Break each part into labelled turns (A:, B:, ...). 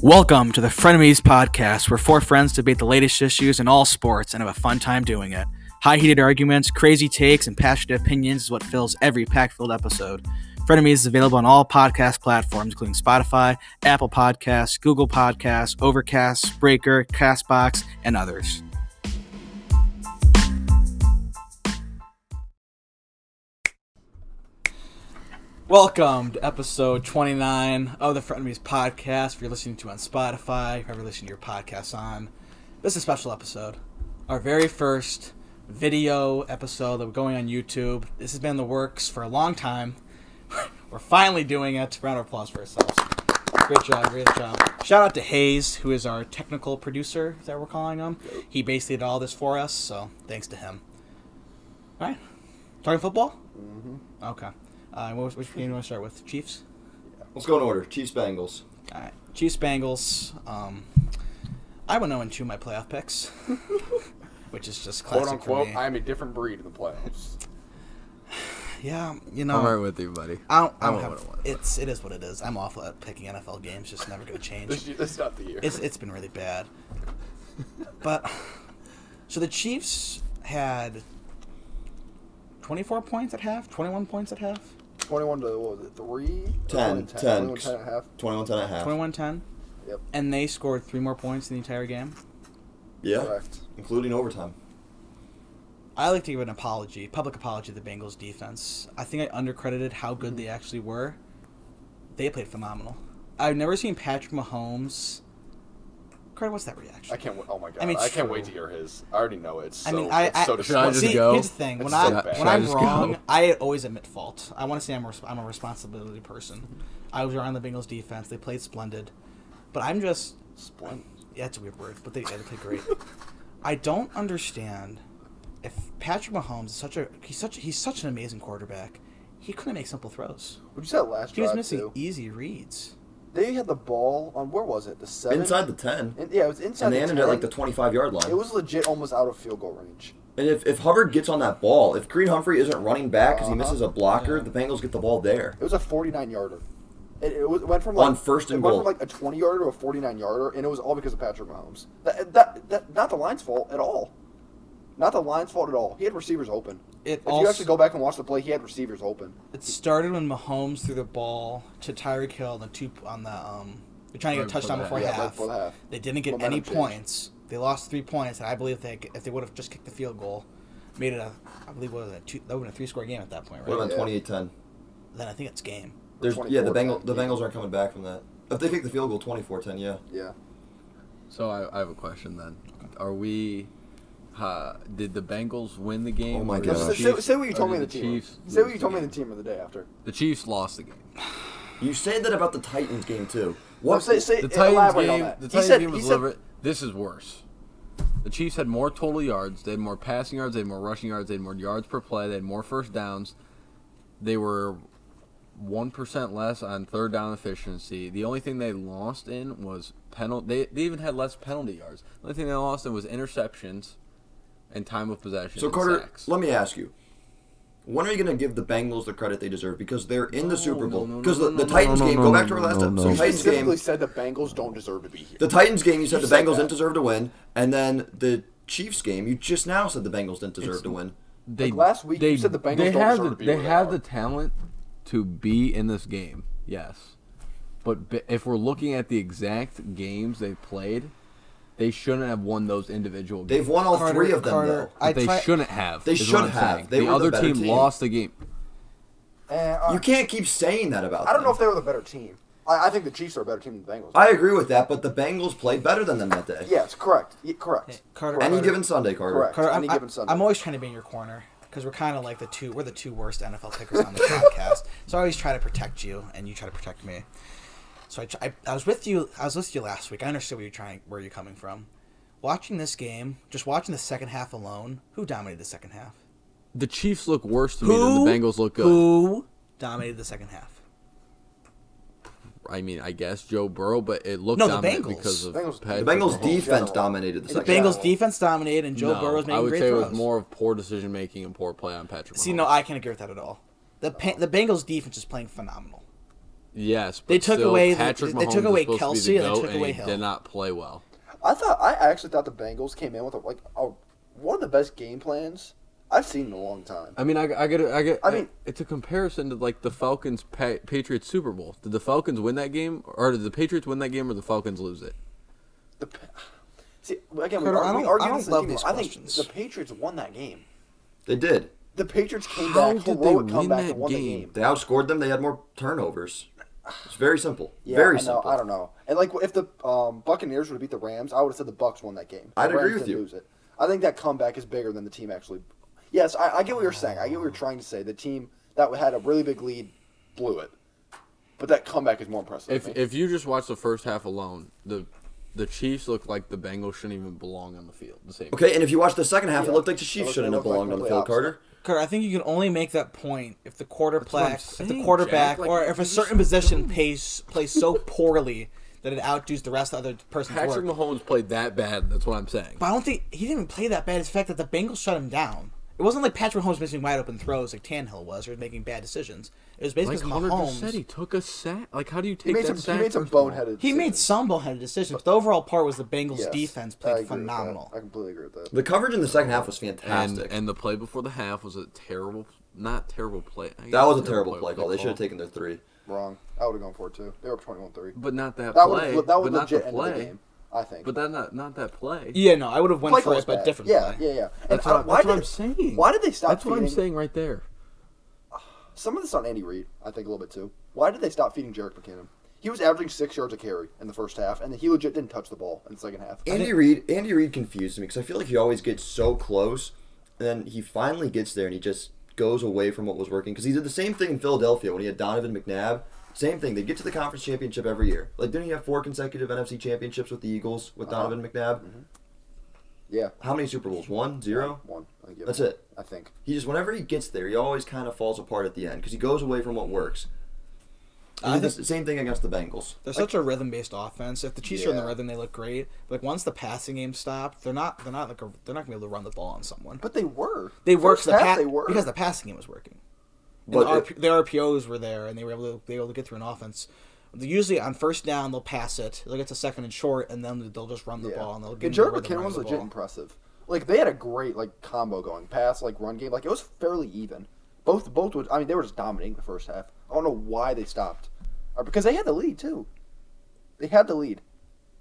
A: Welcome to the Frenemies Podcast, where four friends debate the latest issues in all sports and have a fun time doing it. High heated arguments, crazy takes, and passionate opinions is what fills every pack filled episode. Frenemies is available on all podcast platforms, including Spotify, Apple Podcasts, Google Podcasts, Overcast, Breaker, Castbox, and others. Welcome to episode 29 of the Frenemies Podcast. If you're listening to on Spotify, if you're listening to your podcast on, this is a special episode. Our very first video episode that we're going on YouTube. This has been in the works for a long time. We're finally doing it. Round of applause for ourselves. Great job, great job. Shout out to Hayes, who is our technical producer is that we're calling him. He basically did all this for us, so thanks to him. All right, talking football. Okay. Uh, what, which game do you want to start with? Chiefs.
B: Let's go in order. Chiefs Bengals.
A: All right. Chiefs Bengals. Um, I went 0 and 2 my playoff picks, which is just classic for
C: quote unquote,
A: me.
C: I'm a different breed in the playoffs.
A: yeah, you
D: I'm right
A: know,
D: with you, buddy.
A: I don't, I
D: I'm
A: don't
D: a
A: have,
D: one-on-one.
A: it's it is what it is. I'm awful at picking NFL games. Just never gonna change.
C: This, year- this is not the year.
A: It's it's been really bad. But so the Chiefs had 24 points at half, 21 points at half,
C: 21 to, what was it, 3?
B: 10, 10,
C: 10 and a half.
B: 21 10 and a half.
A: 21-10,
C: Yep,
A: and they scored three more points in the entire game.
B: Yeah.
C: correct.
B: Including overtime.
A: I like to give an apology, public apology to the Bengals defense. I think I undercredited how good they actually were. They played phenomenal. I've never seen Patrick Mahomes. Carter, what's that reaction?
C: I can't wait. Oh my god.
A: I
C: I,
A: mean, it's
C: can't
A: true.
C: wait to hear his. I already know it. It's so,
A: I mean, I,
C: it's
A: I
C: so
D: Should I
C: disappointing.
D: just
A: see,
D: go?
A: Here's the thing: when
C: It's
A: I
C: so bad.
A: when
C: Should I
A: I'm
D: just
A: wrong,
D: go?
A: I always admit fault. I want to say I'm a, res- I'm a responsibility person. I was around the Bengals defense; they played splendid, but I'm just
C: Splendid.
A: yeah, that's a weird word, but they, yeah, they played great. I don't understand if Patrick Mahomes is such a he's such he's such an amazing quarterback. He couldn't make simple throws.
C: Would you say that last
A: He was
C: drive,
A: missing E
C: too?
A: easy reads.
C: They had the ball on, where was it? The 7?
B: Inside the 10.
C: In, yeah, it was inside
B: and they
C: the
B: ended
C: 10.
B: at like the 25 yard line.
C: It was legit almost out of field goal range.
B: and if, if Hubbard gets on that ball, if Green Humphrey isn't running back because he
C: Uh-huh.
B: misses a blocker,
A: Yeah.
B: the Bengals get the ball there.
C: It was a 49 yarder. It, it was- it went from like
B: On first and
C: it went
B: goal.
C: from like a 20 yarder to a 49 yarder, and it was all because of Patrick Mahomes. That, that, that not the line's fault at all. Not the line's fault at all. He had receivers open.
A: It
C: if
A: also
C: you actually go back and watch the play, he had receivers open.
A: it started when Mahomes threw the ball to Tyreek Hill on the two on the um they're trying to get a
D: Right
A: touchdown before
D: before
C: the
A: half.
C: half. Yeah, right before the half.
A: They didn't get
C: Momentum
A: any
C: change.
A: points. They lost three points, and I believe if they if they would have just kicked the field goal, made it a I believe what was it two, that would have been a three score game at that point,
B: Would
A: right?
B: have been 28
C: Yeah.
B: 10.
A: Then I think it's game.
B: There's, yeah, the,
C: 24-10,
B: Bengal, the
C: yeah.
B: Bengals aren't coming back from that. If they kick the field goal 24 10, yeah.
C: Yeah.
D: So I, I have a question then. Are we? Uh, did the Bengals win the game?
B: Oh my
D: or did
B: gosh.
D: the
C: Say,
D: Chiefs-
C: say what you
D: or
C: told me
D: did
C: the team.
D: Chiefs
C: Say what you
D: lose the
C: told me the
D: game?
C: team of the day after.
D: The Chiefs lost the game.
B: You say that about the Titans game, too.
C: No,
B: What?
C: say, say,
D: The Titans
C: elaborate on
D: game.
C: that.
D: The
C: He
D: Titans
C: said-
D: game was
C: he said-
D: deliberate. This is worse. The Chiefs had more total yards. They had more passing yards. They had more rushing yards. They had more yards per play. They had more first downs. They were one percent less on third down efficiency. The only thing they lost in was penalty. They, they even had less penalty yards. The only thing they lost in was interceptions and time of possession.
B: So
D: and
B: Carter,
D: sacks.
B: let me ask you. When are you going to give the Bengals the credit they deserve? Because they're in the Super
D: no,
B: Bowl.
D: no,
B: Because
D: no,
B: the,
D: no,
B: the
D: no,
B: Titans
D: no,
B: game,
D: no,
B: go
D: no,
B: back to our
D: no,
B: last
D: no,
B: episode.
D: no.
B: The Titans game,
C: specifically said the Bengals don't deserve to be here.
B: the Titans game, you said the
C: said
B: Bengals
C: that.
B: didn't deserve to win, and then the Chiefs game, you just now said the Bengals didn't deserve to win.
D: they,
C: Like last week, you said the Bengals
D: they
C: don't
D: have
C: deserve
D: the,
C: to be
D: they
C: where they
D: have
C: are.
D: the talent to be in this game. Yes, but b- if we're looking at the exact games they played, they shouldn't have won those individual games.
B: They've won all
A: Carter-
B: three of them
A: Carter,
B: though.
A: I
D: they
A: try-
D: shouldn't have.
B: They
D: is what
B: should
D: I'm
B: have.
D: saying.
B: They
D: the
B: were the
D: other
B: better
D: team,
B: team.
D: lost the game.
C: Eh, I-
B: you can't keep saying that about.
C: I
B: them.
C: don't know if they were the better team. I, I think the Chiefs are a better team than the Bengals.
B: I agree with that, but the Bengals played better than them that day.
C: yes, correct. Yeah, correct.
A: Hey, Carter-
B: Any given Sunday, Carter.
C: Correct.
A: Carter,
C: Any
A: I'm,
C: given
A: I-
C: Sunday.
A: I'm always trying to be in your corner because we're kind of like the two we're the two worst NFL pickers on the podcast. So I always try to protect you, and you try to protect me. So I, tr- I, I was with you. I was with you last week. I understood where you're trying, where you're coming from. Watching this game, just watching the second half alone, who dominated the second half?
D: The Chiefs look worse to me
A: Who?
D: than the Bengals look good.
A: Who dominated the second half?
D: I mean, I guess Joe Burrow, but it looked
A: No, the
D: dominant
A: Bengals.
D: because of
C: Bengals-
B: The
D: Patrick
B: Bengals
D: Mahomes.
B: defense
C: General.
B: dominated the
C: The
A: The
B: second. half.
A: Bengals
C: Yeah.
A: defense dominated, and Joe
D: No,
A: Burrow's making
D: I would
A: great
D: say
A: throws.
D: it was more of poor decision making and poor play on Patrick.
A: See,
D: Mahomes.
A: no, I can't agree with that at all. The pa- the Bengals defense is playing phenomenal.
D: Yes, but
A: They took
D: still,
A: away the-
D: Patrick
A: they
D: Mahomes
A: took
D: is
A: away
D: supposed to be the
A: Kelsey and they
D: GOAT,
A: took away
D: he
A: Hill.
D: Did not play well.
C: I thought I actually thought the Bengals came in with a, like a, one of the best game plans I've seen in a long time.
D: I mean, I, I get, I get.
C: I mean-
D: it's a comparison to like the Falcons pa- Patriots Super Bowl. Did the Falcons win that game, or did the Patriots win that game, or the Falcons lose it?
C: The, see again, we,
A: Carter,
C: ar-
A: I
C: we
A: don't- I
C: argue
A: don't
C: this in
A: love
C: the
A: these
C: I think
A: questions.
C: the Patriots won that game.
B: They did.
C: The Patriots came
D: How
C: back
D: did they
C: heroic
D: win
C: comeback and
D: that
C: won the
D: game?
C: game.
B: They outscored them. They had more turnovers. It's very simple.
C: Yeah,
B: very
C: I know,
B: simple.
C: I don't know. And like, if the um, Buccaneers would have beat the Rams, I would have said the Bucks won that game.
B: I'd
C: The Rams
B: agree with
C: didn't
B: you.
C: Lose it. I think that comeback is bigger than the team actually. Yes, I, I get what you're saying. I get what you're trying to say. The team that had a really big lead blew it, but that comeback is more impressive.
D: If
C: to me.
D: if you just watch the first half alone, the the Chiefs look like the Bengals shouldn't even belong on the field. The same.
B: Okay, and if you watch the second half,
C: Yeah.
B: it looked like the
C: It
B: Chiefs
C: looked-
B: shouldn't
C: it
B: have
C: looked like
B: belonged on the
C: completely
B: field, Carter.
C: opposite.
A: Carter, I think you can only make that point if the
D: what I'm
A: quarterback, if
D: saying,
A: the
D: Jack.
A: quarterback,
D: Like,
A: or
D: you
A: if a
D: just
A: certain position plays plays so poorly that it outdoes the rest of the other person's
D: Patrick
A: work.
D: Mahomes played that bad. That's what I'm saying.
A: But I don't think he didn't even play that bad. It's the fact that the Bengals shut him down. It wasn't like Patrick Mahomes missing wide open throws like Tannehill was, or making bad decisions. It was basically
D: Like
A: because
D: Hunter
A: Mahomes.
D: just said, he took a sack. Like, how do you
C: he
D: take
C: made
D: that
C: some,
D: sack?
C: he made some
D: first of all?
C: boneheaded.
A: He made
C: decisions.
A: some boneheaded decisions, but the overall part was the Bengals'
C: Yes,
A: defense
C: I agree
A: played
C: with that.
A: phenomenal.
C: I completely agree with that.
B: The coverage in the second half was
D: And
B: fantastic.
D: and the play before the half was a terrible, not terrible play. I guess
B: that was a
D: it's
B: terrible play call. They should have
D: called.
B: taken their three.
C: Wrong. I would have gone for it too. They were up 21-3.
D: But not that,
C: That would
D: play.
C: that would
D: but not
C: legit
D: the
C: end
D: play.
C: the game. I think.
D: But that not not that play.
A: Yeah, no, I would have went
C: Play
A: for
C: call's
A: it, but
C: bad.
A: different
C: Yeah,
A: play.
C: yeah, yeah. And
D: That's
C: I-
D: what, I,
C: why
D: that's what
C: did
D: I'm saying.
C: Why did they stop?
D: That's what I'm
C: feeding-
D: saying right there.
C: Some of this on Andy Reid, I think a little bit too. Why did they stop feeding Jarek McKinnon? He was averaging six yards a carry in the first half, and he legit didn't touch the ball in the second half.
B: Andy Reid. Andy Reid confused me because I feel like he always gets so close, and then he finally gets there and he just goes away from what was working. Because he did the same thing in Philadelphia when he had Donovan McNabb. Same thing. They get to the conference championship every year. Like, didn't he have four consecutive NFC championships with the Eagles with
C: Uh-huh.
B: Donovan McNabb?
C: Yeah,
B: How many Super Bowls? One, zero.
C: one. I think he had
B: That's
C: one,
B: it.
C: I think.
B: He just whenever he gets there, he always kind of falls apart at the end because he goes away from what works. And
A: I
B: he did the same thing against the Bengals.
A: They're such a rhythm-based offense. If the Chiefs are in the
C: Yeah.
A: rhythm, they look great. But like once the passing game stopped, they're not. They're not like. A, they're not gonna be able to run the ball on someone.
C: But they were.
A: They worked
C: First
A: the
C: half,
A: pa-
C: They were
A: because the passing game was working. And
B: But
A: the,
B: it-
A: RP- the RPOs were there, and they were able to they were able to get through an offense. Usually on first down, they'll pass it. They'll get to second and short, and then they'll just run the
C: yeah.
A: ball and they'll get.
C: And
A: into a
C: Jarek
A: rhythm
C: McKinnon
A: running
C: was
A: the
C: legit
A: ball.
C: impressive. Like they had a great like combo going, pass like run game. Like it was fairly even. Both both was. I mean, they were just dominating the first half. I don't know why they stopped, or because they had the lead too. They had the lead.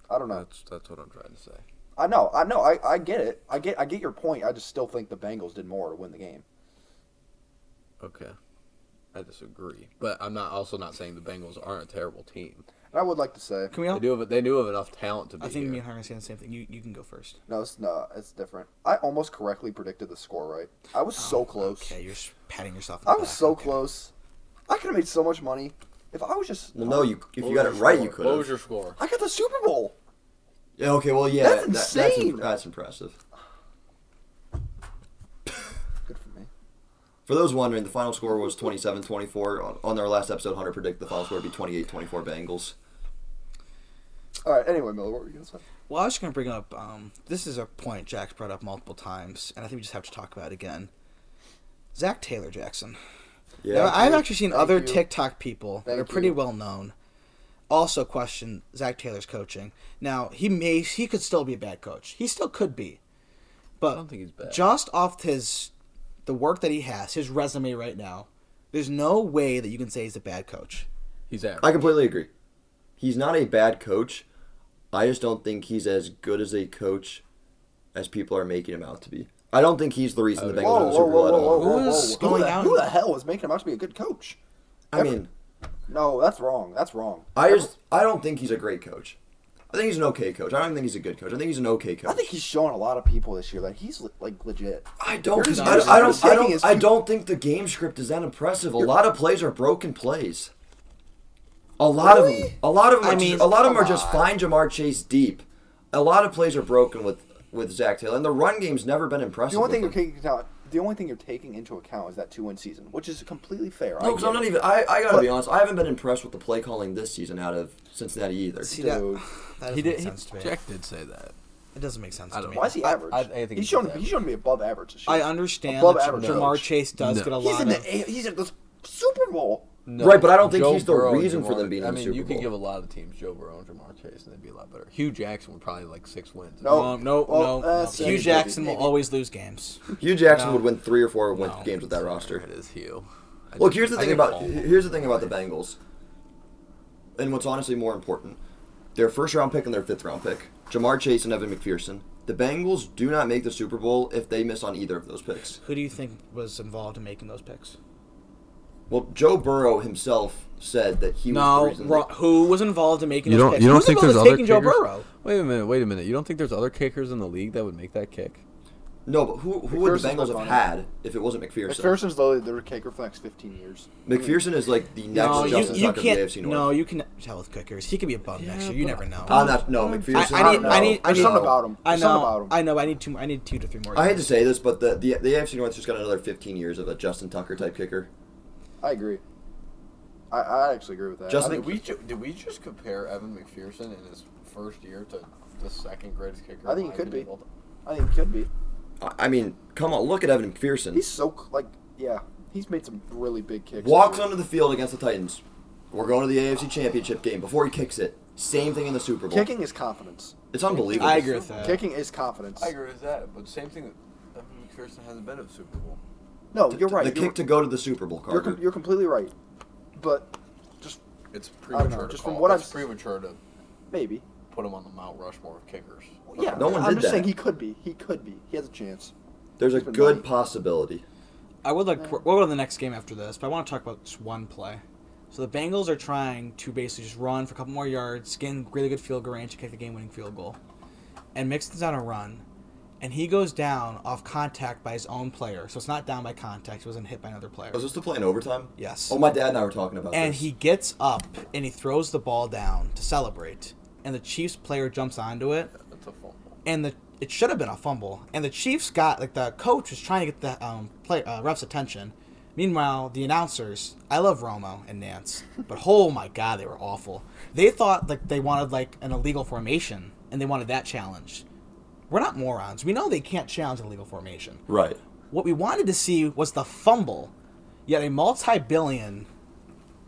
C: I don't know.
D: That's that's what I'm trying to say.
C: I know, I know, I, I get it. I get I get your point. I just still think the Bengals did more to win the game.
D: Okay. I disagree, but I'm not also not saying the Bengals aren't a terrible team.
C: And I would like to say
A: Can we
D: They
A: all?
D: do have they do have enough talent to be
A: I think
D: here.
A: me and Hunter are saying the same thing. You you can go first.
C: no, it's no, it's different. I almost correctly predicted the score, right? I was so close.
A: Oh, Okay, you're s- patting yourself. on
C: I
A: the
C: was
A: back.
C: so
A: Okay.
C: close. I could have made so much money if I was just.
B: well, no, you if
D: What
B: you got it
D: was your
B: right,
D: score?
B: you could
D: What was your
B: have.
D: score?
C: I got the Super Bowl.
B: Yeah, okay, well, yeah,
C: That's
B: that- that's,
C: insane.
B: imp- that's impressive.
C: Good for me.
B: For those wondering, the final score was 27-24. On, on our last episode, Hunter predicted the final score would be 28-24 Bengals.
C: All right. Anyway, Miller, what were you gonna say?
A: Well, I was just gonna bring up. Um, this is a point Jack's brought up multiple times, and I think we just have to talk about it again. Zach Taylor Jackson. Now, I've
C: dude.
A: actually seen
C: Thank
A: other
C: you.
A: TikTok people that
C: Thank
A: are pretty
C: you.
A: well known also question Zach Taylor's coaching. Now he may he could still be a bad coach. He still could be, but
D: I don't think he's bad.
A: Just off his the work that he has, his resume right now, there's no way that you can say he's a bad coach.
D: He's average.
B: I completely agree. He's not a bad coach. I just don't think he's as good as a coach as people are making him out to be. I don't think he's the reason the Bengals
C: Whoa,
B: won the Super Bowl
C: whoa,
B: at
C: whoa, whoa,
B: all.
C: whoa, whoa,
A: Who's
C: whoa. Who
A: going
C: the,
A: out
C: who
A: and-
C: the hell was making him out to be a good coach?
B: I mean,
C: No, that's wrong. That's wrong.
B: I just I don't think he's a great coach. I think he's an okay coach. I don't think he's a good coach. I think he's an okay coach.
C: I think he's showing a lot of people this year that he's like legit.
B: I don't.
C: Yours is-
B: I, I
C: yours
B: don't.
C: is
B: I
C: taking his
B: don't. I
C: two-
B: don't think the game script is that impressive. A lot of plays are broken plays. A lot of them. A lot of them.
A: I
B: are
A: mean,
B: a lot of them are
C: come
B: just
C: on.
B: find Jamar Chase deep. A lot of plays are broken with with Zach Taylor, and the run game's never been impressive.
C: The only thing
B: with
C: you're
B: him.
C: taking account, the only thing you're taking into account is that two win season, which is completely fair. I
B: No, because
C: get
B: I'm not
C: it.
B: even. I, I gotta
C: But-
B: be honest. I haven't been impressed with the play calling this season out of Cincinnati either.
A: See that?
C: Dude.
A: That doesn't
D: he
A: make
D: did.
A: sense to
D: He,
A: me.
D: Jack did say that.
A: It doesn't make sense
D: I
A: to
D: don't
A: me.
D: know.
C: Why is he
D: I-
C: average?
D: I- I think
C: he's
D: he's
C: shown
D: average.
C: he's shown to be above average. This year.
A: I understand
C: above
A: that
C: average.
A: Jamar Chase does
D: No.
A: get a
C: He's
A: lot
C: in
A: of
C: the A- he's in the Super Bowl.
D: No,
B: Right, but I don't think
D: Joe
B: he's the
D: Burrow and
B: reason for
D: Jamar-
B: them being in
D: I
B: the
D: mean,
B: Super
D: you could
B: Bowl.
D: give a lot of teams Joe Burrow and Jamar Chase, and they'd be a lot better. Hugh Jackson would probably like six wins.
C: No.
A: um, no,
C: well,
D: uh,
A: no,
C: that's-
A: no.
C: maybe,
A: Hugh Jackson
C: maybe.
A: will always lose games.
B: Hugh Jackson
A: No.
B: would win three or four win
A: No.
B: games with that
D: There
B: roster.
D: it is, Hugh. I
B: Look,
D: just-
B: here's the
D: I
B: thing
D: think
B: about
D: all-
B: here's the thing about the Bengals, and what's honestly more important, their first round pick and their fifth round pick, Jamar Chase and Evan McPherson. The Bengals do not make the Super Bowl if they miss on either of those picks.
A: Who do you think was involved in making those picks?
B: Well, Joe Burrow himself said that he was the
A: No,
B: reason.
A: ro- who was involved in making
D: You
A: those
D: don't.
A: picks?
D: You
A: Who
D: don't
A: was
D: think
A: involved
D: there's
A: in
D: other
A: taking Joe
D: kickers?
A: Burrow?
D: Wait a minute. Wait a minute. You don't think there's other kickers in the league that would make that kick?
B: no, but who, who would the
C: McPherson's
B: Bengals
C: on
B: have
C: it.
B: had if it wasn't McPherson?
C: McPherson's literally their kicker for the next 15 years.
B: McPherson is like the next
A: No, you,
B: Justin
A: you
B: Tucker of the
A: can't.
B: AFC North.
A: No, you can tell with kickers. He could be a bum
D: Yeah,
A: next year. You
D: but-
A: never know.
B: I'm not. No, McPherson.
A: I, I need.
C: don't
A: I
C: know.
A: need. I
C: There's
A: need
C: something about him.
A: I
C: There's something about
A: know.
C: him.
A: I know. I need two. I need two to three more.
B: I hate to
A: years.
B: say this, but the, the the AFC North just got another 15 years of a Justin Tucker type kicker.
C: I agree. I, I actually agree with that.
B: Justin-
C: I think,
D: we ju- did we just compare Evan McPherson in his first year to the second greatest kicker?
C: I
D: in
C: think
D: my
C: it could be.
D: opinion?
C: I think he could be.
B: I, I mean, come on, look at Evan McPherson.
C: He's so cl- like yeah. He's made some really big kicks.
B: Walks onto the field against the Titans. We're going to the AFC Championship game before he kicks it. Same thing in the Super Bowl.
C: Kicking is confidence.
B: It's unbelievable.
A: I agree with that.
C: Kicking is confidence.
D: I agree with that, but same thing. that Evan McPherson hasn't been at the Super Bowl.
C: No,
B: The-
C: you're right.
B: The
C: You're-
B: kick to go to the Super Bowl,
C: You're,
B: Carter.
C: com- you're completely right, but just
D: It's
C: know,
D: premature. to
C: just
D: call.
C: from what
D: it's
C: I've-
D: premature to
C: maybe.
D: put him on the Mount Rushmore of kickers.
C: Well, yeah,
B: No one
C: I'm
B: did
C: just saying
B: that.
C: he could be. He could be. He has a chance.
B: There's a
C: It's been
B: good
C: money.
B: possibility.
A: I would like. What about the next game after this? But I want to talk about just one play. So the Bengals are trying to basically just run for a couple more yards, skin really good field goal range to kick the game-winning field goal. And Mixon's on a run, and he goes down off contact by his own player. So it's not down by contact. He wasn't hit by another player.
B: Was this the play in overtime?
A: Yes.
B: Oh, my dad and I were talking about
A: And
B: this.
A: he gets up and he throws the ball down to celebrate. And the Chiefs player jumps onto it.
D: That's a fumble.
A: And the it should have been a fumble. And the Chiefs got like the coach was trying to get the um play uh, ref's attention. Meanwhile, the announcers, I love Romo and Nance, but oh my god, they were awful. They thought like they wanted like an illegal formation and they wanted that challenge. We're not morons. We know they can't challenge an illegal formation.
B: Right.
A: What we wanted to see was the fumble, yet a multi-billion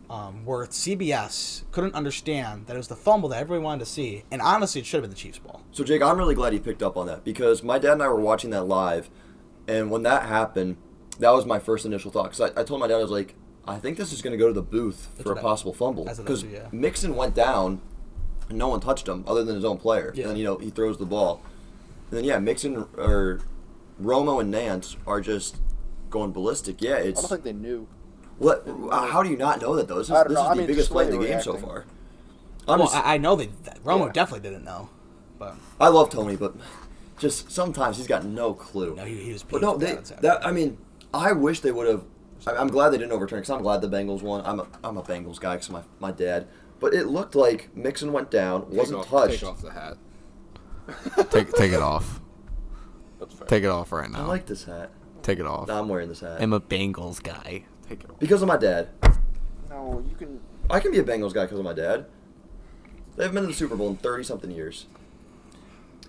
A: um, worth CBS couldn't understand that it was the fumble that everybody wanted to see, and honestly, it should have been the Chiefs' ball.
B: So Jake, I'm really glad you picked up on that because my dad and I were watching that live, and when that happened, that was my first initial thought. Because I, I told my dad I was like, I think this is going to go to the booth for a
A: what I-
B: possible fumble
A: that's what I
B: because
A: too, yeah.
B: Mixon went down, and no one touched him other than his own player.
A: Yeah.
B: And then you know he throws the ball, and then yeah, Mixon or Romo and Nance are just going ballistic. Yeah,
C: I don't
B: it's
C: think they knew.
B: what? How do you not know that though? This is,
C: I don't
B: this
C: know.
B: is
C: I
B: the
C: mean,
B: biggest
C: just the
B: play in
C: way
B: the
C: they were
B: game so
C: acting.
B: far. I'm
A: well,
B: just-
A: I, I know they that, Romo
C: Yeah.
A: definitely didn't know, but
B: I love Tony, but just sometimes he's got no clue.
A: No, he- he was
B: But no,
A: peeved
B: they,
A: on Saturday.
B: that I mean, I wish they would have. I- I'm glad they didn't overturn because I'm glad the Bengals won. I'm a, I'm a Bengals guy because my my dad. But it looked like Mixon went down, wasn't touched.
D: Take off the hat. take take it off.
C: That's fair.
D: Take it off right
B: I
D: now.
B: like this hat.
D: take it off.
B: Nah, I'm wearing this hat
D: I'm a Bengals guy. Take it off.
B: because of my dad.
C: No, you can.
B: I can be a Bengals guy because of my dad. They haven't been to the Super Bowl in thirty something years.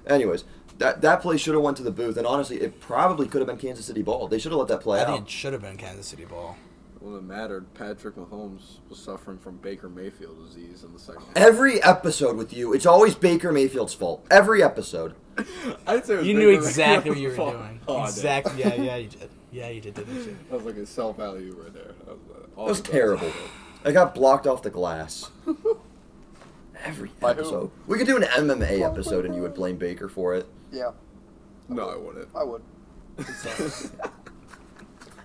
B: Anyways, that that play should have went to the booth, and honestly, it probably could have been Kansas City ball. They should have let that play
A: I
B: out.
A: think it should have been Kansas City ball.
D: Well, it mattered. Patrick Mahomes was suffering from Baker Mayfield disease in the second half.
B: Every episode with you, it's always Baker Mayfield's fault. Every episode.
D: I'd say it was
A: You knew
D: Baker
A: exactly what you were
D: Mayfield's fault.
A: doing.
D: Oh, I did.
A: exactly. Yeah, yeah, you did. Yeah, you did. didn't you?
D: That was like a self value right there. That was, uh,
B: That was terrible. I got blocked off the glass. Every
D: By who?
B: episode. We could do an MMA episode and you would blame Baker for it.
C: Yeah,
D: No, I wouldn't.
C: I would.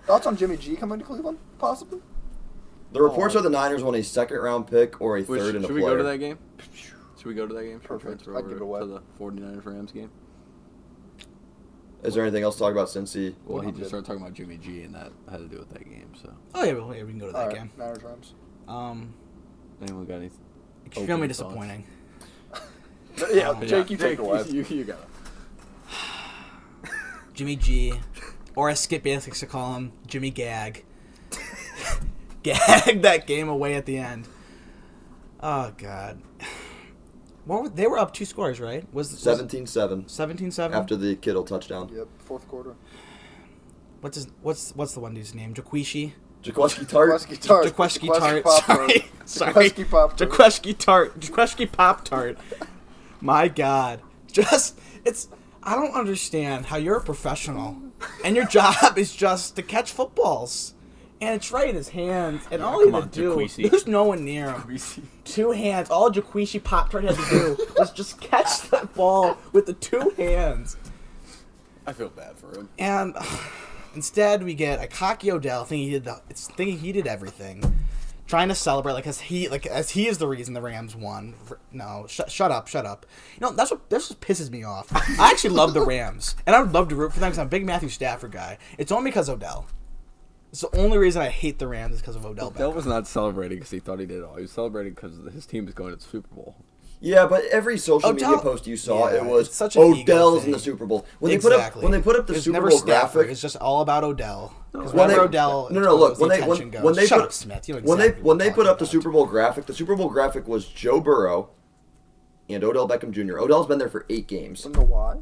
C: Thoughts on Jimmy G coming to Cleveland? Possibly.
B: The reports are the Niners want a second round pick or a
D: Oh. Which,
B: third
D: should
B: and a
D: we go
B: player.
D: to that game? Should we go to that game? Should we
C: Perfect.
D: transfer
C: I'd
D: over
C: give it away.
D: To the 49ers Rams game?
B: Is there anything else to talk about Cincy?
D: Well, he
C: I'm
D: just
C: good.
D: started talking about Jimmy G, and that had to do with that game. So,
A: Oh yeah, well, yeah, we can go to that
C: All right,
A: game.
C: Niners Rams.
A: Um,
D: anyone got any?
A: extremely
D: Open thoughts.
A: disappointing.
C: Yeah,
A: Oh, Yeah,
C: Jake, you take it away.
D: You, you got it.
A: Jimmy G, or as Skip Bayless likes to call him, Jimmy Gag. Gag that game away at the end. Oh God. What were, they were up two scores, right? Was
B: 17 7
A: seventeen seven?
B: after the Kittle touchdown.
C: Yep, fourth quarter.
A: what's his, what's what's the one dude's name? Jaquishi.
B: Jaqueski Tart.
C: Jaqueski Tart.
A: Jaqueski
C: Jaqueski
A: Tart.
C: Pop Tart.
A: Sorry. Sorry.
C: Jaqueski Pop Tart.
A: Jaqueski Tart. Jaqueski Pop Tart. My God. Just, it's, I don't understand how you're a professional and your job is just to catch footballs. And it's right in his hands, and all he
D: come
A: had
D: on,
A: to do,
D: Jaqueski.
A: there's no one near him. Two hands. All Jaquishi Pop Tart had to do was just catch that ball with the two hands.
D: I feel bad for him.
A: And instead, we get a cocky Odell thinking he did the, it's thinking he did everything, trying to celebrate like as he like as he is the reason the Rams won. R- No, sh- shut up, shut up. You know that's what that's what pisses me off. I actually love the Rams, and I would love to root for them because I'm a big Matthew Stafford guy. It's only because Odell. It's the only reason I hate the Rams is because of Odell.
D: Dell
A: Beckham.
D: was not celebrating because he thought he did it all. He was celebrating because his team is going to the Super Bowl.
B: Yeah, but every social
A: Odell-
B: media post you saw,
A: Oh, Yeah,
B: it was
A: it's such an ego
B: Odell's
A: thing.
B: in the Super Bowl. When
A: exactly.
B: they put up when they put up the
A: There's
B: Super
A: never
B: Bowl
A: Stafford.
B: graphic,
A: It's just all about Odell. 'Cause
B: When
A: whenever
B: they-
A: Odell,
B: no, no, look.
A: goes, the
B: When they
A: attention
B: when,
A: goes.
B: when they
A: shut
B: put
A: up, Smith. You know
B: when they
A: exactly what
B: when
A: I'm
B: they put
A: talking
B: up the
A: about.
B: Super Bowl graphic, the Super Bowl graphic was Joe Burrow and Odell Beckham Jr. Odell's been there for eight games.
C: I don't know why.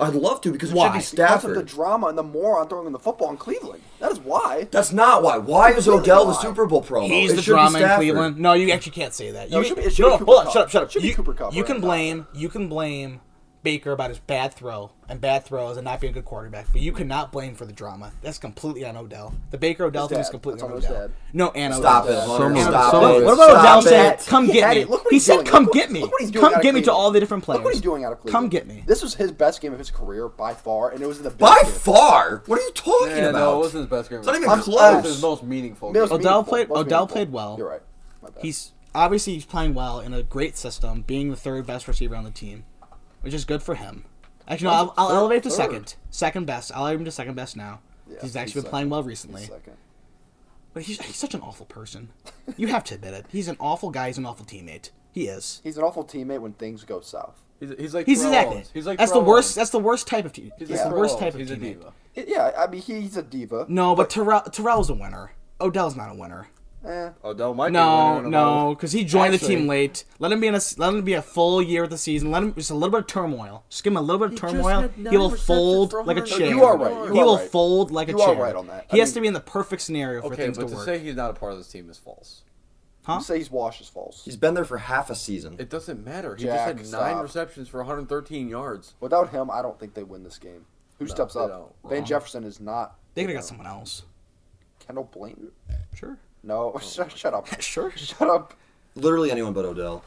B: I'd love to because it
A: Why?
B: should be
A: Because
C: That's of the
B: Stafford.
C: drama and the moron throwing in the football in Cleveland. That is why.
B: That's not why. Why is Odell the
C: Why?
B: Super Bowl promo?
A: He's
B: It
A: the
B: should be
A: drama in
B: Stafford.
A: Cleveland. No, you actually can't say that.
C: No,
A: you,
C: it should be- it should
A: no,
C: be
A: no,
C: Cooper
A: hold on,
C: Cup.
A: shut up, shut up.
C: It should be
A: you,
C: Cooper Cup
A: you
C: right
A: can
C: now.
A: blame you can blame Baker about his bad throw and bad throws and not being a good quarterback, but you cannot blame for the drama. That's completely on Odell. The Baker Odell thing is
C: dad.
A: completely
C: That's
A: on
C: almost
A: Odell.
C: dad.
A: No, and
B: Stop
A: Odell.
B: it,
D: Someone-
B: Hunter. Stop
D: someone-
B: it.
A: What about
B: Stop
A: Odell saying,
B: it.
A: "Come
C: He
A: get
C: had
A: me"?
C: it. Look what
A: He
C: he's
A: said,
C: doing.
A: "Come
C: Look what-
A: get me."
C: look what he's doing
A: Come
C: out of
A: get me to
C: Cleveland.
A: all the different players.
C: Look what he's doing out of Cleveland.
A: Come get me.
C: This was his best game of his career by far, and it was in the best
B: By
C: game.
B: far. What are you talking about?
D: his best game.
B: It's not even
C: I'm-
B: close.
C: I'm- his
D: most meaningful.
C: Most
A: Odell
C: meaningful,
A: played-
C: most
A: Odell
C: meaningful.
A: played well.
C: You're right. My bad.
A: He's obviously he's playing well in a great system, being the third best receiver on the team, which is good for him. Actually, no, I'll, I'll
C: Third-
A: elevate to
C: third.
A: second, second best. I'll elevate him to second best now.
C: Yeah,
A: he's actually
C: he's
A: been
C: second.
A: playing well
C: He's
A: recently,
C: second.
A: but he's, he's such an awful person. You have to admit it. He's an awful guy. He's an awful teammate. He is.
C: He's an awful teammate when things go south.
D: He's, he's like
A: He's
D: Terrell
A: exactly.
D: Owens. He's like
A: that's the
D: Terrell
A: worst.
D: Owens.
A: That's the worst type of team. He's,
D: like
A: the
D: Terrell
A: worst
D: Owens.
A: type of
D: He's a
A: teammate.
D: diva.
C: I- Yeah, I mean he, he's a diva.
A: No, but Terrell Terrell's a winner. Odell's not a winner.
C: Eh,
D: Odell might
A: No,
D: be
A: no, because he joined
D: Actually-
A: the team late. Let him be in a let him be a full year of the season. Let him just a little bit of turmoil. Just give him a little bit of turmoil.
D: had nine
A: He will
D: receptions
A: fold
D: for
A: like a
D: 100
A: chair.
C: You are right, you
A: he
C: are
A: will
C: right.
A: fold like a
C: You
A: chair.
C: are right on that.
A: He
C: I
A: has
C: mean-
A: to be in the perfect scenario for
D: Okay,
A: things
D: but
A: to
D: to
A: work.
D: say he's not a part of this team is false.
A: Huh?
C: You say he's washed is false.
B: He's been there for half a season.
D: It doesn't matter. He
C: Jack,
D: just had nine
C: stop.
D: receptions for 113 yards.
C: Without him, I don't think they win this game. Who steps
D: they
C: up?
D: don't.
C: Van
A: Wrong.
C: Jefferson is not
A: they could have got someone else.
C: Kendall Blanton.
A: Sure.
B: Oh,
C: No, shut, shut up.
A: Sure.
C: Shut up.
B: Literally anyone but Odell.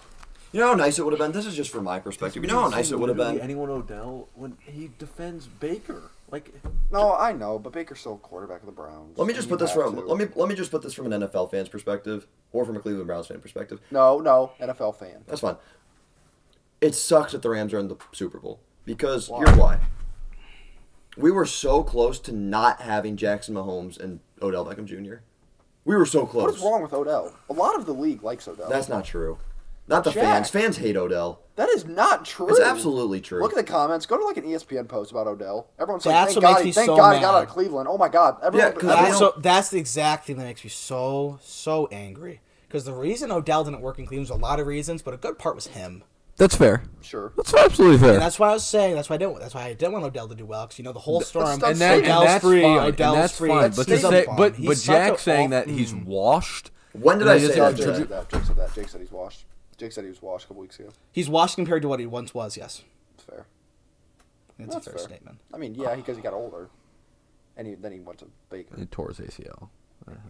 B: You know how nice it would have been. This is just from my perspective. You know how nice it would have
D: Literally
B: been.
D: Anyone Odell when he defends Baker like
C: No, I know, but Baker's still quarterback of the Browns.
B: Let me just
C: You
B: put this
C: have
B: from
C: to.
B: let me let me just put this from an NFL fan's perspective or from a Cleveland Browns fan perspective.
C: No, no, NFL fan.
B: That's fine. It sucks that the Rams are in the Super Bowl because
C: Why?
B: you're why. We were so close to not having Jackson Mahomes and Odell Beckham Jr. We were so
C: What
B: close.
C: is wrong with Odell? A lot of the league likes Odell.
B: That's not true. Not the
C: Jack.
B: fans. Fans hate Odell.
C: That is not true.
B: It's absolutely true.
C: Look at the comments. Go to like an E ESPN post about Odell. Everyone's
A: That's what
C: like, "Thank
A: makes
C: God, he,
A: me
C: thank
A: so
C: God he got
A: mad.
C: out of Cleveland." Oh my God! Everyone,
B: Yeah, 'cause
C: everyone-
B: I
A: That's
B: don't-
A: so that's the exact thing that makes me so so angry. Because the reason Odell didn't work in Cleveland was a lot of reasons, but a good part was him.
D: That's fair.
C: sure.
D: That's absolutely fair.
A: And that's why I was saying. That's why I didn't. That's why I didn't want Odell to do well because you know the whole storm.
C: that's-
D: and, that, and
A: Odell's
D: that's
A: free.
D: fine.
A: Odell's
D: and that's
A: free.
D: fine. But, to
A: He's a
D: say,
A: bum.
D: but,
A: He's
D: but
A: such a
D: Jack saying
A: awful- Mm.
D: that he's washed.
B: When did
D: and
B: I
D: he
B: say
D: doesn't
B: that, Jack?
C: Jake said
D: contribute-
C: that. Jake said that. Jake said he's washed. Jake said he was washed a couple weeks ago.
A: He's washed compared to what he once was. Yes,
C: Fair.
A: it's
C: That's
A: a fair,
C: fair.
A: statement.
C: I mean, yeah, because he got older, and he, then he went to Baker.
D: He tore his ACL.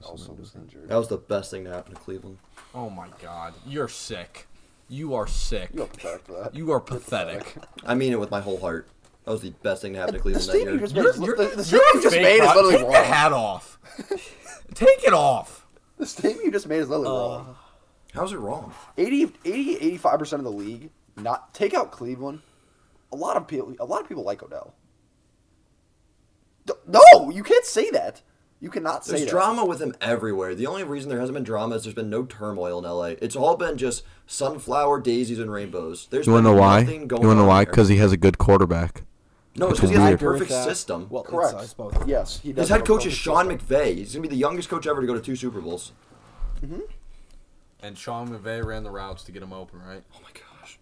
C: also was injured.
B: That was the best thing to happen to Cleveland.
D: Oh my God! You're sick. You are sick.
C: You don't prepare for that.
D: You are pathetic.
B: I mean it with my whole heart. That was the best thing to happen to
C: the
B: Cleveland that
C: statement you
B: year.
C: just made, is- the, the statement you just
D: fake
C: made is
D: hot-
C: literally
D: Take the
C: wrong.
D: hat off. Take it off.
C: The statement you just made is literally wrong.
B: How's it wrong?
C: 80, 80, 85 percent of the league. Not take out Cleveland. A lot of people. A lot of people like Odell. D- No, you can't say that. You cannot say
B: There's
C: that.
B: drama with him everywhere. The only reason there hasn't been drama is there's been no turmoil in LA. It's all been just sunflower daisies and rainbows. There's
E: You want to know
B: been
E: why?
B: nothing
E: You
B: going
E: want to know
B: on
E: why?
B: there.
E: Because he has a good quarterback.
B: no, it's
E: it's
B: because he has a
E: weird.
B: perfect system.
A: Well,
C: Correct.
A: It's, it's both. Oh
C: Yes, he does.
B: His head
C: have a
B: coach is
C: perfect
B: Sean
C: system.
B: McVay. He's gonna be the youngest coach ever to go to two Super Bowls.
D: And Sean McVay ran the routes to get him open, right?
B: Oh my gosh.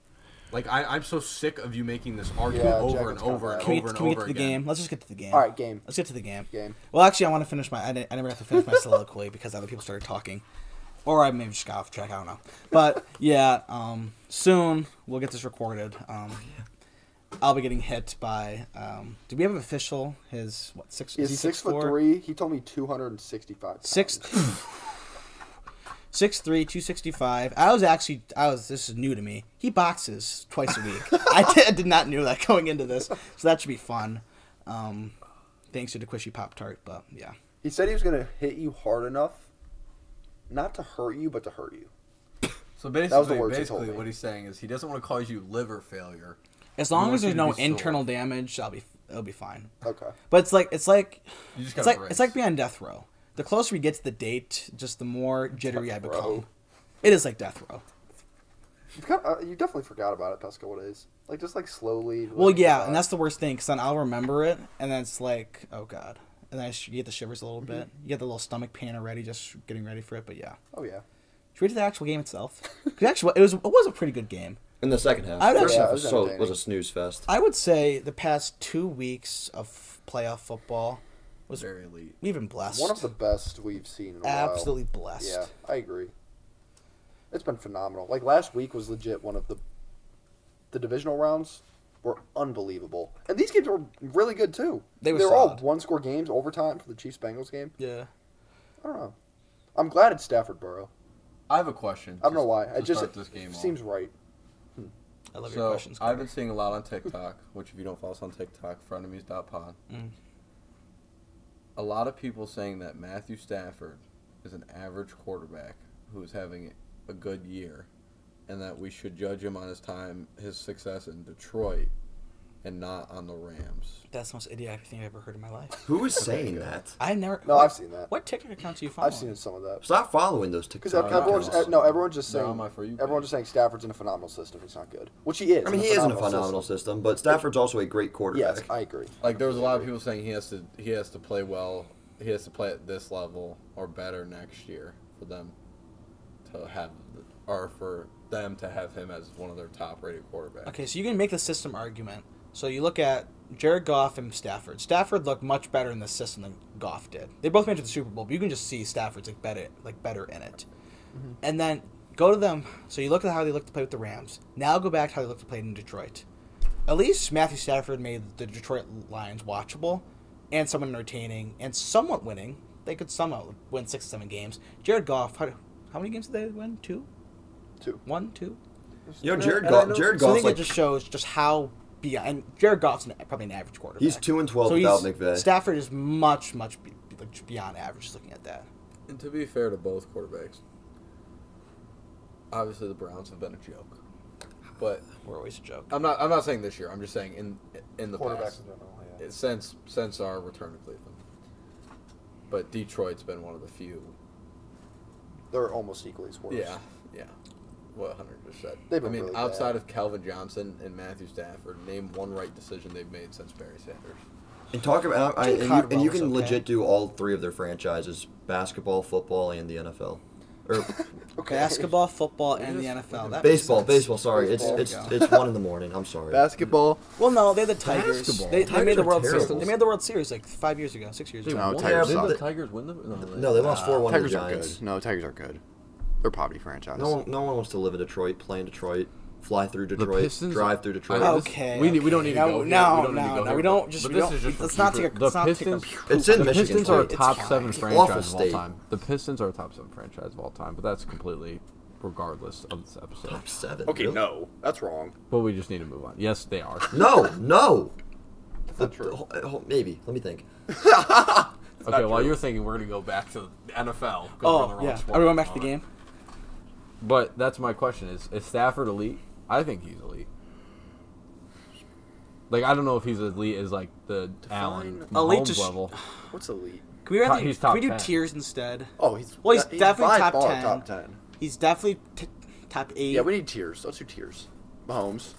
E: Like I, I'm so sick of you making this argument
C: Yeah,
E: over and
C: Jackets got
E: over and
C: that.
A: Can we,
E: over and
A: can we get
E: over
A: to the
E: again.
A: game? Let's just get to the game.
C: All right, game.
A: Let's get to the game.
C: Game.
A: Well, actually, I want to finish my. I, didn't, I never have to finish my soliloquy because other people started talking, or I maybe just got off track. I don't know. But yeah, um, soon we'll get this recorded. Um, I'll be getting hit by. Um, do we have an official? His what? Six. is he
C: He's six foot
A: four?
C: three. He told me two hundred and sixty-five. pounds.
A: Six. Six three, two sixty five. I was actually, I was. This is new to me. He boxes twice a week. I did, I did not know that going into this, so that should be fun. Um, thanks to the Quishy Pop Tart, but yeah.
C: He said he was gonna hit you hard enough, not to hurt you, but to hurt you.
D: So
C: was the
D: basically,
C: words he told
D: basically,
C: me.
D: what he's saying is he doesn't want to cause you liver failure.
A: As long
D: want
A: as there's
D: you to
A: no
D: be sore.
A: internal damage, I'll be it'll be fine.
C: Okay.
A: But it's like it's like
D: You just
A: it's
D: gotta
A: like it's
D: brace.
A: like being on death row. The closer we get to the date, just the more jittery I
C: Death
A: become.
C: row.
A: It is like death row.
C: You've got, uh, you definitely forgot about it, Pesco. What it is? Like just like slowly.
A: Well,
C: like,
A: yeah,
C: uh,
A: and that's the worst thing because then I'll remember it, and then it's like, oh god, and then I sh- you get the shivers a little
C: Mm-hmm.
A: bit. You get the little stomach pain already, just getting ready for it. But yeah,
C: Oh yeah.
A: should we get to the actual game itself? 'Cause actually, it was it was a pretty good game.
B: In the second half,
A: I'd
B: first
A: actually-
B: half
C: Yeah,
B: was,
C: it was
B: so,
C: entertaining.
B: was a snooze fest.
A: I would say the past two weeks of playoff football was
D: Very elite.
A: we've been blessed,
C: One of the best we've seen. In a while.
A: absolutely blessed.
C: Yeah, I agree. It's been phenomenal. Like last week was legit one of the the divisional rounds were unbelievable. And these games were really good too.
A: They were
C: They're all
A: solid.
C: one score games, overtime for the Chiefs Bengals game.
A: Yeah.
C: I don't know. I'm glad it's Stafford Burrow.
D: I have a question.
C: I don't know
D: to-
C: why.
D: to
C: I just
D: start this game
C: it
D: off.
C: seems right.
A: I love your
D: So
A: questions.
D: I've
A: Connor.
D: been seeing a lot on TikTok, which if you don't follow us on TikTok, frenemies.pod.
A: Mm.
D: A lot of people saying that Matthew Stafford is an average quarterback who is having a good year, and that we should judge him on his time, his success in Detroit, and not on the Rams.
A: That's the most idiotic thing I've ever heard in my life.
B: Who is saying
D: good.
B: that?
A: I've never.
C: No,
A: what-
C: I've seen that.
A: What TikTok accounts do you follow?
C: I've seen some of that.
B: Stop following those
C: Because
B: TikTok.
C: everyone's
B: accounts.
D: Broncos.
C: uh, no, everyone's just
D: They're
C: saying
D: on my For You
C: everyone's
D: page.
C: just saying Stafford's in a phenomenal system. He's not good, which he is.
B: I mean, he is in a phenomenal system, but Stafford's also a great quarterback.
C: Yes, I agree.
D: Like there was a lot of people saying he has to he has to play well, he has to play at this level or better next year for them to have or for them to have him as one of their top rated quarterbacks.
A: Okay, so you can make the system argument. So you look at Jared Goff and Stafford. Stafford looked much better in this system than Goff did. They both made it to the Super Bowl, but you can just see Stafford's like better, like better in it. And then go to them. So you look at how they looked to play with the Rams. Now go back to how they looked to play in Detroit. At least Matthew Stafford made the Detroit Lions watchable, and somewhat entertaining, and somewhat winning. They could somewhat win six, seven games. Jared Goff, how, how many games did they win? Two,
C: Two.
A: one, two.
B: You know, Jared
D: And I
B: Goff.
D: know-
B: Jared
A: So I
B: Goff's
A: think
B: like
A: it just shows just how beyond. And Jared Goff's an, probably an average quarterback.
B: he's two and twelve
A: So
B: without
A: he's-
B: McVay.
A: Stafford is much, much be, like, just beyond average. Just looking at that,
D: And to be fair to both quarterbacks, obviously the Browns have been a joke. But
A: we're always a joke.
D: I'm not I'm not saying this year. I'm just saying in in the
C: Quarterbacks
D: past
C: in general. Yeah.
D: since since our return to Cleveland. But Detroit's been one of the few.
C: They're almost equally as worse.
D: Yeah, yeah. What Hunter just said.
C: They've been
D: I mean,
C: really bad.
D: outside of Calvin Johnson and Matthew Stafford, name one right decision they've made since Barry Sanders.
B: And talk about I,
A: Jay
B: and, you,
A: Caldwell
B: and you
A: was
B: can
A: okay.
B: legit do all three of their franchises: basketball, football, and the NFL, or
C: Okay.
A: Basketball, football, and the
D: Look at
A: NFL.
D: this- look at
A: That makes
B: baseball.
A: sense.
B: Baseball. Sorry,
C: Baseball.
B: it's
A: There
B: it's
A: we
B: it's one in the morning. I'm sorry.
C: Basketball.
A: Well, no, they're the Tigers.
D: Basketball.
A: They, they
B: Tigers
A: made the
B: are
A: World
B: terrible.
A: Series. They made the World Series like five years ago, six years
D: They
A: ago.
F: No,
D: won-
F: Tigers
D: Didn't the
B: suck.
D: Tigers win the? No, Ah. they,
B: no, they lost four one to the
F: Tigers aren't
B: Giants.
F: good. No, Tigers aren't good. They're probably franchise.
B: No one, no one wants to live in Detroit, play in Detroit, fly through Detroit,
D: Pistons-
B: drive through Detroit.
D: I-
B: It's-
A: Okay.
D: We need- we don't
A: okay.
D: need to
A: no,
D: go
A: No,
D: here. We don't need to
A: no,
D: go
A: no.
D: here,
A: We
D: but-
A: don't just.
D: but
A: We
D: this
A: don't,
D: is just for
A: let's not take
D: future-
A: a.
D: the
A: let's not take a-
D: Pistons-
B: It's in
D: The
B: Michigan.
D: Pistons
B: for
D: are a
B: it.
A: It's
D: top
A: fine.
D: seven
A: It's
B: awful
D: franchise of all
B: state.
D: time. The Pistons are a top seven franchise of all time, but that's completely regardless of this episode.
B: Top seven.
F: Okay,
B: really?
F: no, that's wrong.
D: But we just need to move on. Yes, they are.
B: no, no.
C: That's not
B: The-
C: true.
B: ho- ho- Maybe. Let me think.
D: okay, while you're thinking, we're gonna go back to the NFL. 'cause we're on the
A: Oh
D: wrong
A: yeah.
D: sport
A: Are we
D: at
A: going back to the
D: moment.
A: game?
D: But that's my question: Is is Stafford elite? I think he's elite. Like I don't know if he's elite as like the Allen
A: Define- Elite
D: Mahomes
A: just-
D: level.
F: What's elite?
A: Can we, rather,
D: he's
A: can
D: top
A: we do
D: 10.
A: tiers instead?
F: Oh, he's
A: Well, he's
F: that-
A: definitely
F: by
A: top
F: far
A: 10.
F: Top ten.
A: He's definitely t- top eight.
F: Yeah, we need tiers. Let's do tiers. Mahomes.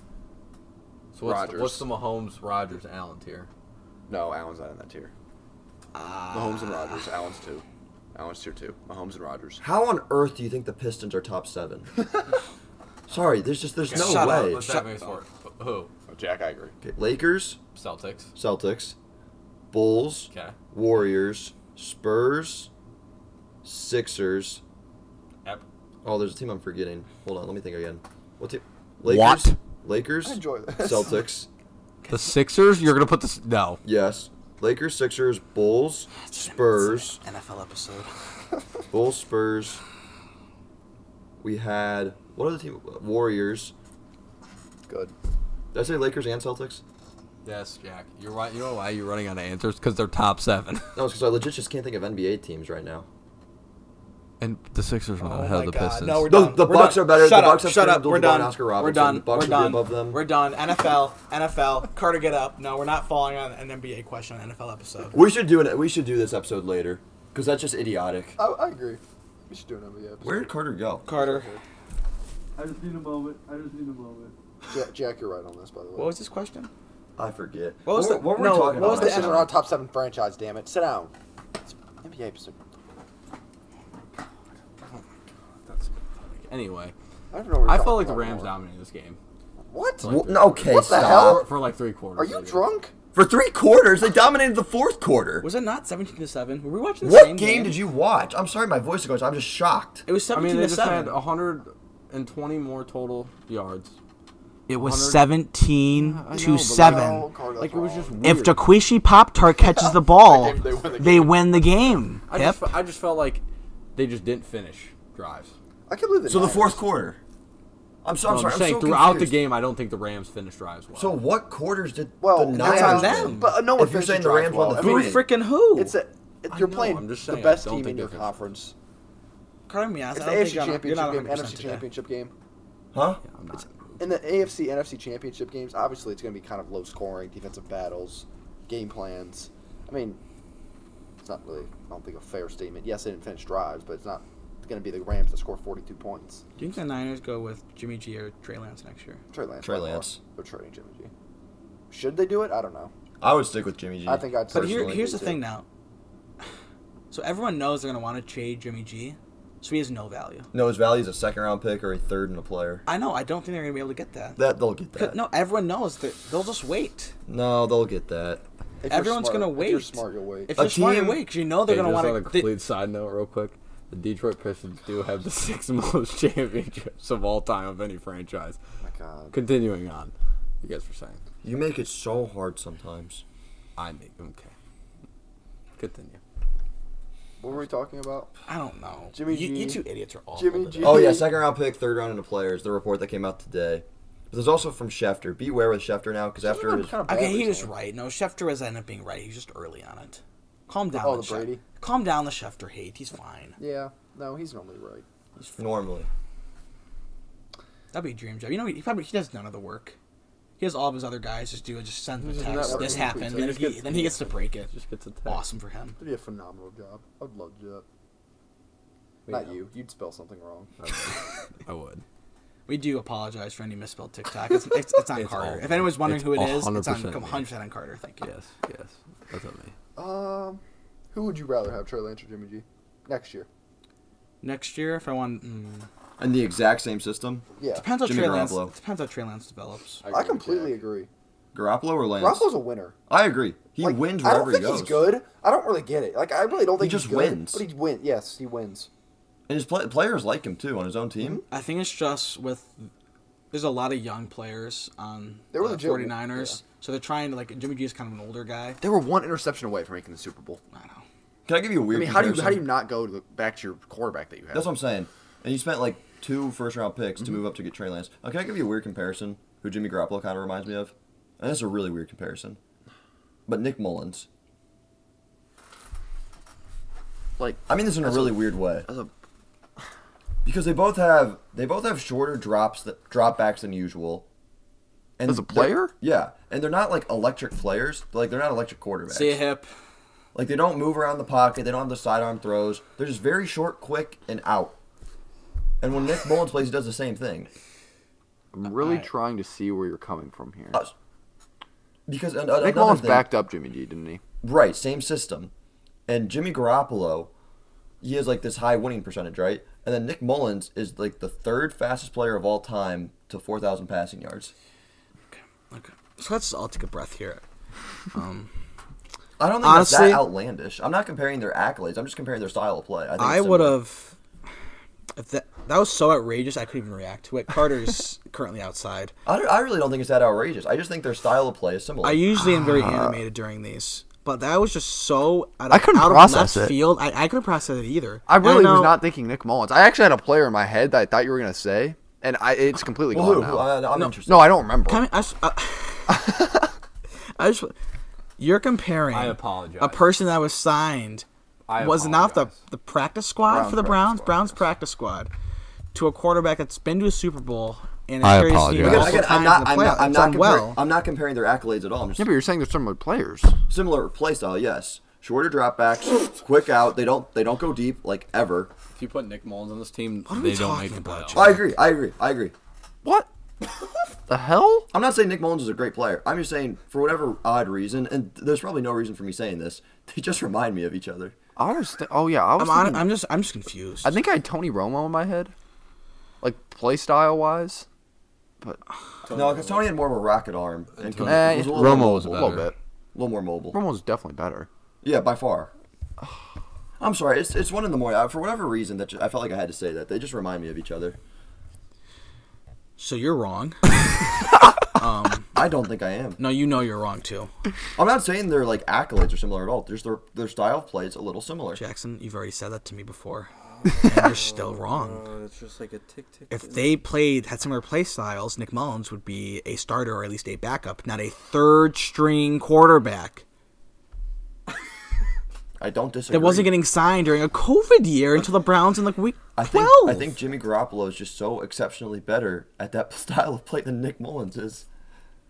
D: So what's the,
F: Rodgers.
D: what's the Mahomes Rogers Allen tier?
F: No, Allen's not in that tier. Mahomes and Rogers. Allen's two. Allen's tier two. Mahomes and Rogers.
B: How on earth do you think the Pistons are top seven? Sorry, there's just there's no
A: Shut up.
B: way.
A: Let's-
E: Shut up. Who?
F: Oh, Jack, I agree.
B: Okay, Lakers,
E: Celtics.
B: Celtics, Bulls,
E: Okay.
B: Warriors, Spurs, Sixers.
E: Yep.
B: Oh, there's a team I'm forgetting. Hold on, let me think again. What team? Lakers,
D: What?
B: Lakers,
C: I enjoy this.
B: Celtics.
D: The Sixers? You're gonna put this? No.
B: Yes. Lakers, Sixers, Bulls, Spurs,
A: NFL episode.
B: Bulls, Spurs. We had what other team? Warriors.
C: Good.
B: Did I say Lakers and Celtics?
D: Yes, Jack. You're right. You know why you're running out of answers? Because they're top seven.
B: No, it's because I legit just can't think of NBA teams right now.
D: And the Sixers went
A: Oh
D: ahead of
A: my
D: the
A: God.
D: Pistons.
A: No, we're
B: The,
A: done.
B: the
A: We're
B: Bucks
A: done.
B: are better.
A: Shut
B: the
A: up.
B: Bucks have
A: Shut
B: Kareem
A: up. We're
B: Abdul-Jabbar
A: done.
B: and Oscar
A: We're
B: Robertson.
A: done.
B: The Bucks
A: we're
B: would
A: done.
B: be above them.
A: We're done. NFL. NFL. Carter, get up. No, we're not falling on an NBA question on NFL episode.
B: We should do it. We should do this episode later because that's just idiotic.
C: I, I agree. We should do another episode.
B: Where did Carter go?
A: Carter,
G: I just need a moment. I just need a moment.
C: Jack, Jack, you're right on this, by the way.
A: what was this question?
B: I forget.
A: What was
B: What-
A: the-
B: what were
A: no,
B: we talking
A: what was
B: about?
A: the
C: this
A: end-
C: isn't our top seven franchise, damn it. Sit down. It's NBA episode.
D: Anyway,
C: I don't know. What
D: I
C: we're
D: felt like the
C: talking
D: Rams
C: about
D: dominated this game
C: anymore. What?
B: Well, no, okay,
C: What the
B: stop.
C: hell?
D: for, for like three quarters.
C: Are you
D: maybe.
C: drunk?
B: For three quarters, they dominated the fourth quarter.
A: Was it not 17 to 7? Were we watching the
B: what
A: same
B: game, did you watch? I'm sorry, my voice is going. I'm just shocked.
A: It was
D: I
A: 17
D: mean, they
A: to
D: just
A: 7.
D: had 120 more total yards.
A: it was
D: 100
A: 17
D: I know,
A: to
D: but
A: 7.
C: No, Carter,
D: Like
C: that's
D: it was
C: wrong.
D: just weird.
A: If Daquishi Pop Tart catches the ball,
C: If they win the
A: they win the game.
D: I
A: Yep.
D: just, fe- I just felt like they just didn't finish drives.
C: I can't believe the
B: So the
C: Niners-
B: fourth quarter. I'm, so,
D: No,
B: I'm sorry. I'm
D: saying
B: so
D: throughout
B: confused.
D: the game, I don't think the Rams finished drives well.
B: So what quarters did
C: Well,
B: the Niners
C: that's
A: on
B: win?
A: them.
C: But uh, no one
B: If you're
C: finished
B: saying
C: the
B: the
C: drive
B: Rams
C: well.
B: won the
C: I
A: Who
C: mean,
B: three.
A: freaking who?
C: It's a. It,
D: I
C: you're
D: know,
C: playing
D: I'm just
C: the
D: saying,
C: best
D: I
C: team
D: don't
C: in
D: think
C: your
D: they're
C: conference.
A: Carter, I'm gonna be honest, I
C: It's the
A: don't
C: AFC
A: think you're on- you're
C: Championship
A: not
C: game,
A: 100%
C: NFC
A: today.
C: Championship game.
B: Huh?
D: Yeah, I'm not.
C: In the AFC NFC Championship games, obviously it's going to be kind of low scoring, defensive battles, game plans. I mean, it's not really, I don't think, a fair statement. Yes, they didn't finish drives, but it's not going to be the Rams that score 42 points.
A: Do you think the Niners go with Jimmy G or Trey Lance next year?
C: Trey Lance.
B: Trey
C: by far.
B: Lance.
C: They're trading Jimmy G. Should they do it? I don't know.
B: I would stick with Jimmy G.
C: I think I'd
A: But here,
C: personally
A: here's the
C: do
A: thing
C: too.
A: now. So everyone knows they're gonna want to trade Jimmy G, so he has no value.
B: no, his value is a second round pick or a third and a player.
A: I know. I don't think they're gonna be able to get that.
B: That they'll get
A: 'Cause-
B: that.
A: No, everyone knows that they'll just wait.
B: no, they'll get that.
C: If you're
A: Everyone's
C: smart-
A: gonna
C: If you're
A: wait.
C: smart, you'll wait.
A: If
B: A
A: you're smart, you
B: team-
A: wait because you know they're
D: Okay,
A: gonna
D: just
A: want
D: on a
A: to.
D: complete side note, real quick. The Detroit Pistons do have the sixth most championships of all time of any franchise.
C: oh my God.
D: Continuing on, you guys were saying.
B: You make it so hard sometimes.
D: I make okay. Continue.
C: What were we talking about?
A: I don't know.
C: Jimmy
A: you,
C: G.
A: you two idiots are awful.
C: Jimmy
A: today.
C: G.
B: Oh yeah, second round pick, third round and a player is the report that came out today. But there's also from Schefter. Beware with Schefter now, because after his,
C: Kind of bad
A: Okay, he was
C: recently.
A: right. No, Schefter was ended up being right. He was just early on it. Calm down.
C: Oh,
A: on
C: the
A: Schef-
C: Brady?
A: Calm down the Schefter hate. He's fine.
C: Yeah. No, he's normally right.
B: normally.
A: That'd be a dream job. You know, he, he probably he does none of the work. He has all of his other guys just do it, just send him a
D: He's just
A: text.
D: networking.
A: This happened,
C: He
A: and
D: just
A: he,
D: gets-
A: then he gets to break it.
D: Just gets a text.
A: Awesome for him.
C: It'd be a phenomenal job. I'd love to do it.
D: We
C: Not
D: know.
C: you. You'd spell something wrong.
D: I would.
A: We do apologize for any misspelled TikTok. It's, it's, it's on
D: It's
A: Carter.
D: all-
A: If anyone's wondering
D: it's
A: who it is, it's on
D: 100% me.
A: 100 percent on Carter. Thank you.
D: Yes, yes. That's on me.
C: Um, who would you rather have, Trey Lance or Jimmy G? Next year.
A: Next year, if I want, mm,
B: And the exact same system.
C: Yeah.
A: depends how
B: Jimmy
A: Trey Lance.
B: Garoppolo.
A: Depends how Trey Lance develops.
C: I completely agree.
B: Garoppolo or Lance?
C: Garoppolo's a winner.
B: I agree. He
C: Like,
B: wins
C: I
B: wherever
C: don't think
B: he goes.
C: he's good. I don't really get it. Like I really don't
B: He
C: think he's
B: just
C: good,
B: wins.
C: But he wins. Yes, he wins.
B: And his play- players like him too on his own team.
A: I think it's just with. There's a lot of young players on
C: They were
A: the
C: legit,
A: 49ers, so they're trying to like. Jimmy G is kind of an older guy.
F: They were one interception away from making the Super Bowl.
A: I don't know.
B: Can I give you a
F: I
B: weird?
F: mean, how do you how do you
B: comparison?
F: not go to the, back to your quarterback that you have?
B: That's what I'm saying. And you spent like two first round picks to move up to get Trey Lance. Uh, can I give you a weird comparison? Who Jimmy Garoppolo kind of reminds me of? And that's a really weird comparison. But Nick Mullins.
F: like
B: I mean this in a really weird way
F: that's a
B: because they both have they both have shorter drops that drop backs than usual. And
F: As a
B: they're-
F: player?
B: yeah, and they're not like electric players. Like they're not electric quarterbacks.
A: See a hip.
B: Like they don't move around the pocket. They don't have the sidearm throws. They're just very short, quick, and out. And when Nick Mullins plays, he does the same thing.
F: I'm really
A: Alright.
F: trying to see where you're coming from here.
B: Uh, Because an- an-
F: Nick
B: another
F: Mullins
B: thing-
F: backed up Jimmy G, didn't he?
B: Right, same system. And Jimmy Garoppolo, he has like this high winning percentage, right? And then Nick Mullins is like the third fastest player of all time to 4,000 passing yards.
A: Okay. So let's all take a breath here. Um,
B: I don't think that's
A: Honestly-
B: that outlandish. I'm not comparing their accolades. I'm just comparing their style of play. I, think
A: I
B: it's
A: would
B: similar.
A: have. If that that was so outrageous, I couldn't even react to it. Carter's currently outside.
B: I, don't- I really don't think it's that outrageous. I just think their style of play is similar.
A: I usually am very animated during these, but that was just so out of,
F: I couldn't
A: out
F: process
A: of left
F: it.
A: field. I, I couldn't process it either.
F: I really
A: don't
F: was
A: know.
F: not thinking Nick Mullins. I actually had a player in my head that I thought you were gonna say, and I it's completely
B: Well, who?
F: gone
B: who-
F: now.
B: I, am interested.
F: No, I don't remember.
A: Can I, I s- uh, I just, you're comparing
E: I apologize.
A: a person that was signed
E: I
A: was not the,
E: apologize.
A: the practice squad
F: Browns
A: for the
F: practice
A: Browns,
F: squad,
A: Browns practice squad, to a quarterback that's been to a Super Bowl and
D: I
A: carries the team
D: apologize.
A: multiple
B: Again,
A: times in
B: again, I'm not.
A: the
B: I'm not.
A: playoffs.
B: I'm
A: It's
B: not,
A: done
B: compar-
A: well.
B: I'm not comparing their accolades at all. I'm just
F: yeah, but you're saying they're similar players.
B: similar play style. Yes, shorter dropbacks, quick out. They don't. They don't go deep like ever.
D: If you put Nick Mullins on this team,
A: are we
D: they don't make
A: talking
D: the
A: about,
D: playoffs.
B: I agree. I agree. I agree.
F: What the hell?
B: I'm not saying Nick Mullins is a great player. I'm just saying for whatever odd reason, and there's probably no reason for me saying this. They just remind me of each other.
F: I was. Th- oh yeah, I was.
A: I'm,
F: thinking-
A: on, I'm just I'm just confused.
F: I think I had Tony Romo in my head, like play style wise. But
B: No, because Tony had more of a rocket arm. And could-
F: eh,
B: was a little,
F: Romo
B: more
F: was a
B: mobile.
F: little
D: better.
F: bit.
B: A little more mobile.
F: Romo was definitely better.
B: Yeah, by far. I'm sorry. It's, it's one in the morning. I, for whatever reason, that ju- I felt like I had to say that. They just remind me of each other.
A: so you're wrong.
B: I don't think I am.
A: No, you know you're wrong too,
B: I'm not saying their like accolades are similar at all. Just their their style of play is a little similar.
A: Jackson. You've already said that to me before. and you're still wrong.
D: Oh,
E: Uh, it's just like a tick tick.
A: If they played had similar play styles, Nick Mullins would be a starter or at least a backup, not a third string quarterback
B: I don't disagree.
A: that wasn't getting signed during a COVID year until the Browns in like week
B: I think
A: twelve.
B: I think Jimmy Garoppolo is just so exceptionally better at that style of play than Nick Mullins is.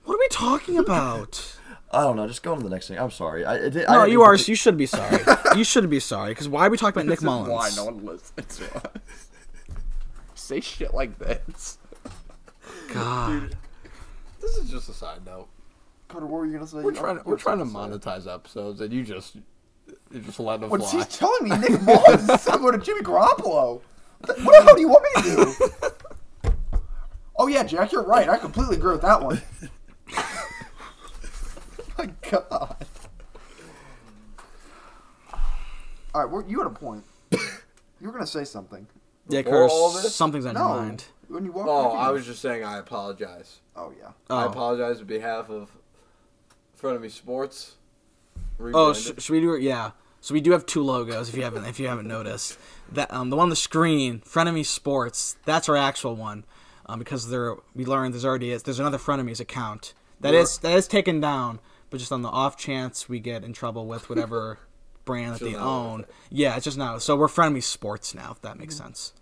A: What are we talking about?
B: I don't know. Just go on to the next thing. I'm sorry. I, I, did- I
A: no,
B: didn't
A: you
B: mean
A: are.
B: to-
A: You should be sorry. you should be sorry because why are we talking about Nick Mullins?
F: one listens to us. Say shit like this.
A: God,
D: This is just a side note.
C: Carter, what were you gonna say?
D: We're trying. We're trying to monetize episodes, and you just, you just let them
C: What's he
D: fly.
C: telling me? Nick Mullins is similar to Jimmy Garoppolo. What the what the hell do you want me to do? Oh yeah, Jack, you're right. I completely agree with that one. My God. All right, we're, you had a point. You were gonna say something.
A: Dick,
D: Before all
A: Hurst,
D: this?
A: something's on
C: No,
A: your mind.
C: when you walk.
D: Oh, I was just saying. I apologize.
C: Oh yeah.
A: Oh.
D: I apologize on behalf of front of me sports.
A: Oh,
D: Rebranded.
A: sh- should we do it? Yeah. So we do have two logos. If you haven't, if you haven't noticed, that um, the one on the screen, Frenemy Sports, that's our actual one, um, because there we learned there's already is there's another Frenemies account that is that is taken down, but just on the off chance we get in trouble with whatever brand that they
D: Just not
A: own, yeah, it's just now. So we're Frenemy Sports now, if that
D: Mm-hmm.
A: makes sense.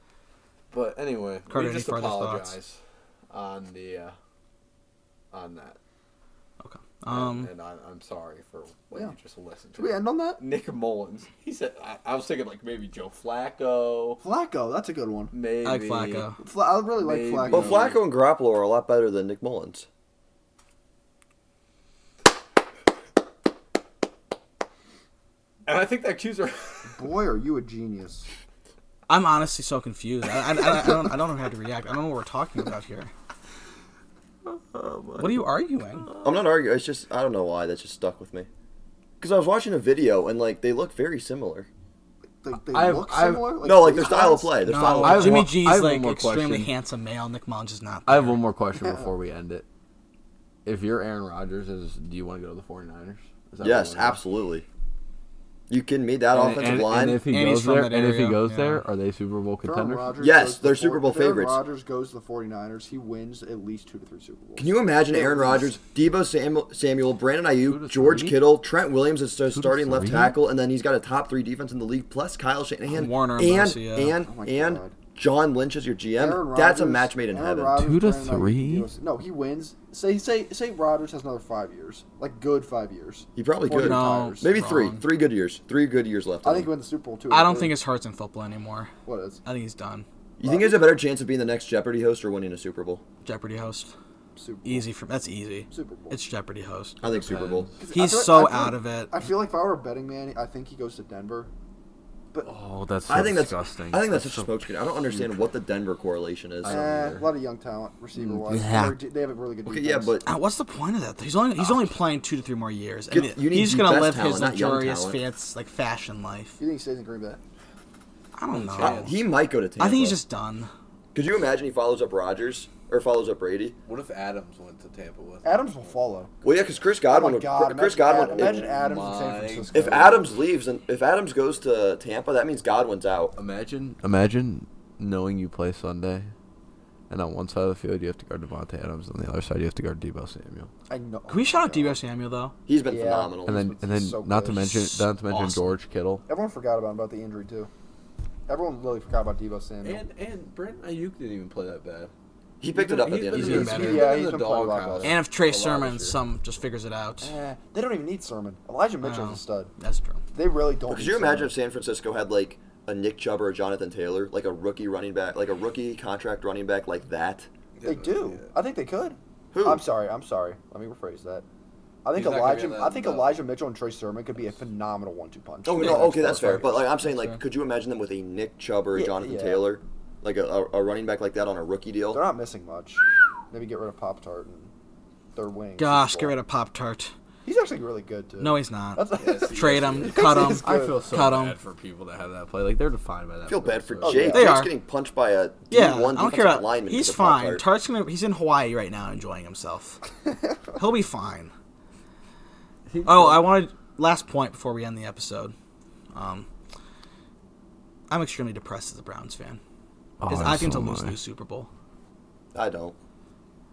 D: But anyway,
A: Carter,
D: we
A: any
D: just
A: further
D: apologize
A: thoughts?
D: on the uh, on that,
A: Okay. Um,
D: and, and I, I'm sorry for what
C: Yeah.
D: you just listened
C: Should we
D: to.
C: end on that?
D: Nick Mullins. He said. I, I was thinking like maybe Joe Flacco.
C: Flacco, that's a good one.
D: Maybe
A: I like Flacco.
C: Fla- I really like
D: Maybe.
C: Flacco.
B: Well, Flacco and Garoppolo are a lot better than Nick Mullins.
D: And I think that cues are.
C: Boy, are you a genius.
A: I'm honestly so confused. I, I, I, I don't I don't know how to react. I don't know what we're talking about here.
D: Oh,
A: What are you arguing?
B: I'm not arguing. It's just I don't know why that just stuck with me. Because I was watching a video and like they look very similar.
C: They, they
D: I've-
C: look
D: I've-
C: similar?
B: no, like their
C: face
B: style of
C: wise?
B: play. Their style
A: No,
B: of play.
D: have
A: Jimmy
D: one-
A: G's
D: I have one
A: like
D: more
A: extremely
D: question.
A: handsome male. Nick Mullins is not.
D: I have one more question before we end it. If you're Aaron Rodgers, is do you want to go to the 49ers? Is that
B: Yes,
D: what you wanna
B: absolutely. You kidding me? That
D: do? And-
B: offensive
D: and-
B: line.
D: And if he
A: And he's
D: goes
A: from
D: there,
A: that
D: and if he
A: area,
D: goes
A: yeah.
D: there, are they Super Bowl
C: If Aaron
D: contenders?
C: Rodgers
B: Yes,
C: goes to
B: they're
C: the
B: Super Bowl
C: if Aaron
B: favorites.
C: Rodgers goes to the 49ers. He wins at least two to three Super Bowls.
B: Can you imagine Aaron Rodgers, Debo Samuel, Samuel Brandon
D: Two to
B: Ayuk, George
D: three?
B: Kittle, Trent Williams as their starting left
D: three?
B: tackle, and then he's got a top three defense in the league, plus Kyle Shanahan,
A: Warner and
B: and
A: Lucy, yeah.
B: and
C: Oh my
B: and
C: God.
B: John Lynch as your GM.
C: Aaron
B: um, That's a
C: Rodgers-
B: match made in
C: Aaron
B: heaven.
C: Rodgers,
D: Two to
C: Brandon Ayuk,
D: three?
C: Debo- No, he wins. Say say say Rodgers has another five years, like good five years.
B: He probably
C: Before
B: could.
A: No.
C: retires.
B: Maybe
A: Wrong.
B: three, three good years, three good years left.
C: I
B: in
C: think he
B: him.
C: wins the Super Bowl too.
A: I don't think his heart's in football anymore.
C: what is
A: I think he's done.
B: you think he has a better chance of being the next Jeopardy host or winning a Super Bowl?
A: Jeopardy host,
C: Super Bowl.
A: easy for that's easy.
C: Super Bowl.
A: It's Jeopardy host.
B: I think Super Bowl.
C: I
A: He's
C: feel like-
A: so
C: I feel
A: out
C: like-
A: of it.
C: I feel like if I were a betting man, I think he goes to Denver. But
D: Oh, that's so
B: I think that's
D: disgusting.
B: I think that's such a
D: so-
B: smokescreen. I don't understand what the Denver correlation is.
C: uh, a lot of young talent receiver wise.
A: Mm, Yeah.
C: They have a really good
B: okay,
C: defense.
B: yeah, but
A: Uh, what's the point of that? He's only he's only playing two to three more years. And
B: Get- you need
A: he's just
B: the
A: gonna
B: best
A: live
B: talent,
A: his
B: not young
A: luxurious,
B: talent.
A: fancy, like fashion life.
C: you think he stays in Green Bay?
A: I don't know.
B: I- he might go to Tampa.
A: I think he's just done.
B: Could you imagine he follows up Rodgers or follows up Brady?
F: What if Adams went to Tampa with?
C: Adams will follow.
B: Well, yeah, because Chris Godwin.
C: oh my
B: would-
C: God,
B: Chris
C: imagine,
B: Godwin. Oh
C: Imagine Adams in San
F: My
C: Francisco.
B: If Adams leaves and if Adams goes to Tampa, that means Godwin's out.
D: Imagine, imagine knowing you play Sunday, and on one side of the field you have to guard Devontae Adams, on the other side you have to guard Debo Samuel,
C: I know.
A: Can we shout out
C: God.
A: Debo Samuel though?
B: He's been
C: Yeah.
B: phenomenal.
D: and then
C: That's
D: and then
C: so
D: not to
C: good.
D: mention not to mention
A: Awesome.
D: George Kittle.
C: Everyone forgot about him, about the injury too. Everyone really forgot about Debo Samuel.
F: And and Brent Ayuk didn't even play that bad.
B: he picked it up at the end of
A: he's
B: the
A: been
B: year.
A: better.
C: Yeah, he's been playing a lot better.
A: And if Trey
F: A lot
A: Sermon
F: this year.
A: some just figures it out,
C: Eh, they don't even need Sermon. Elijah Mitchell's
A: No.
C: a stud.
A: that's true.
C: They really don't.
B: Could
C: need
B: you imagine if San
C: Sermon.
B: Francisco had like a Nick Chubb or a Jonathan Taylor, like a rookie running back, like a rookie contract running back like that?
C: They do. I think they could.
B: Who?
C: I'm sorry. I'm sorry. Let me rephrase that. I think
F: He's not gonna be
C: Elijah.
F: on
C: I
F: that,
C: think
F: no.
C: Elijah Mitchell and Trey Sermon could be a phenomenal one-two punch.
B: Oh
A: Yeah,
B: no, okay, that's fair.
A: fair.
B: But like I'm saying,
A: fair.
B: like, could you imagine them with a Nick Chubb or a
C: Yeah,
B: Jonathan
C: yeah.
B: Taylor, like a, a, a running back like that on a rookie deal?
C: They're not missing much. Maybe get rid of Pop Tart and they're winning.
A: Gosh, get rid of Pop Tart.
C: He's actually really good too.
A: No, he's not.
C: That's-
F: Yes, he
A: Trade
F: is.
A: him, cut him.
C: He's
D: I
C: good.
D: feel so
A: Cut 'em.
D: bad for people that have that play. Like they're defined by that.
B: I feel
D: play,
B: bad for
D: so-
C: Oh,
B: Jake.
C: yeah.
A: They
B: Jake's
A: are.
B: getting punched by a
A: Yeah, I
B: one
A: don't care about.
B: lineman.
A: He's
B: with a pop
A: fine.
B: tart.
A: Tart's gonna. He's in Hawaii right now, enjoying himself. He'll be fine. Oh, I wanted last point before we end the episode. Um, I'm extremely depressed as a Browns fan because
D: Oh,
A: I think
D: so
A: it's a lose
D: am I.
A: lose Super Bowl.
B: I don't.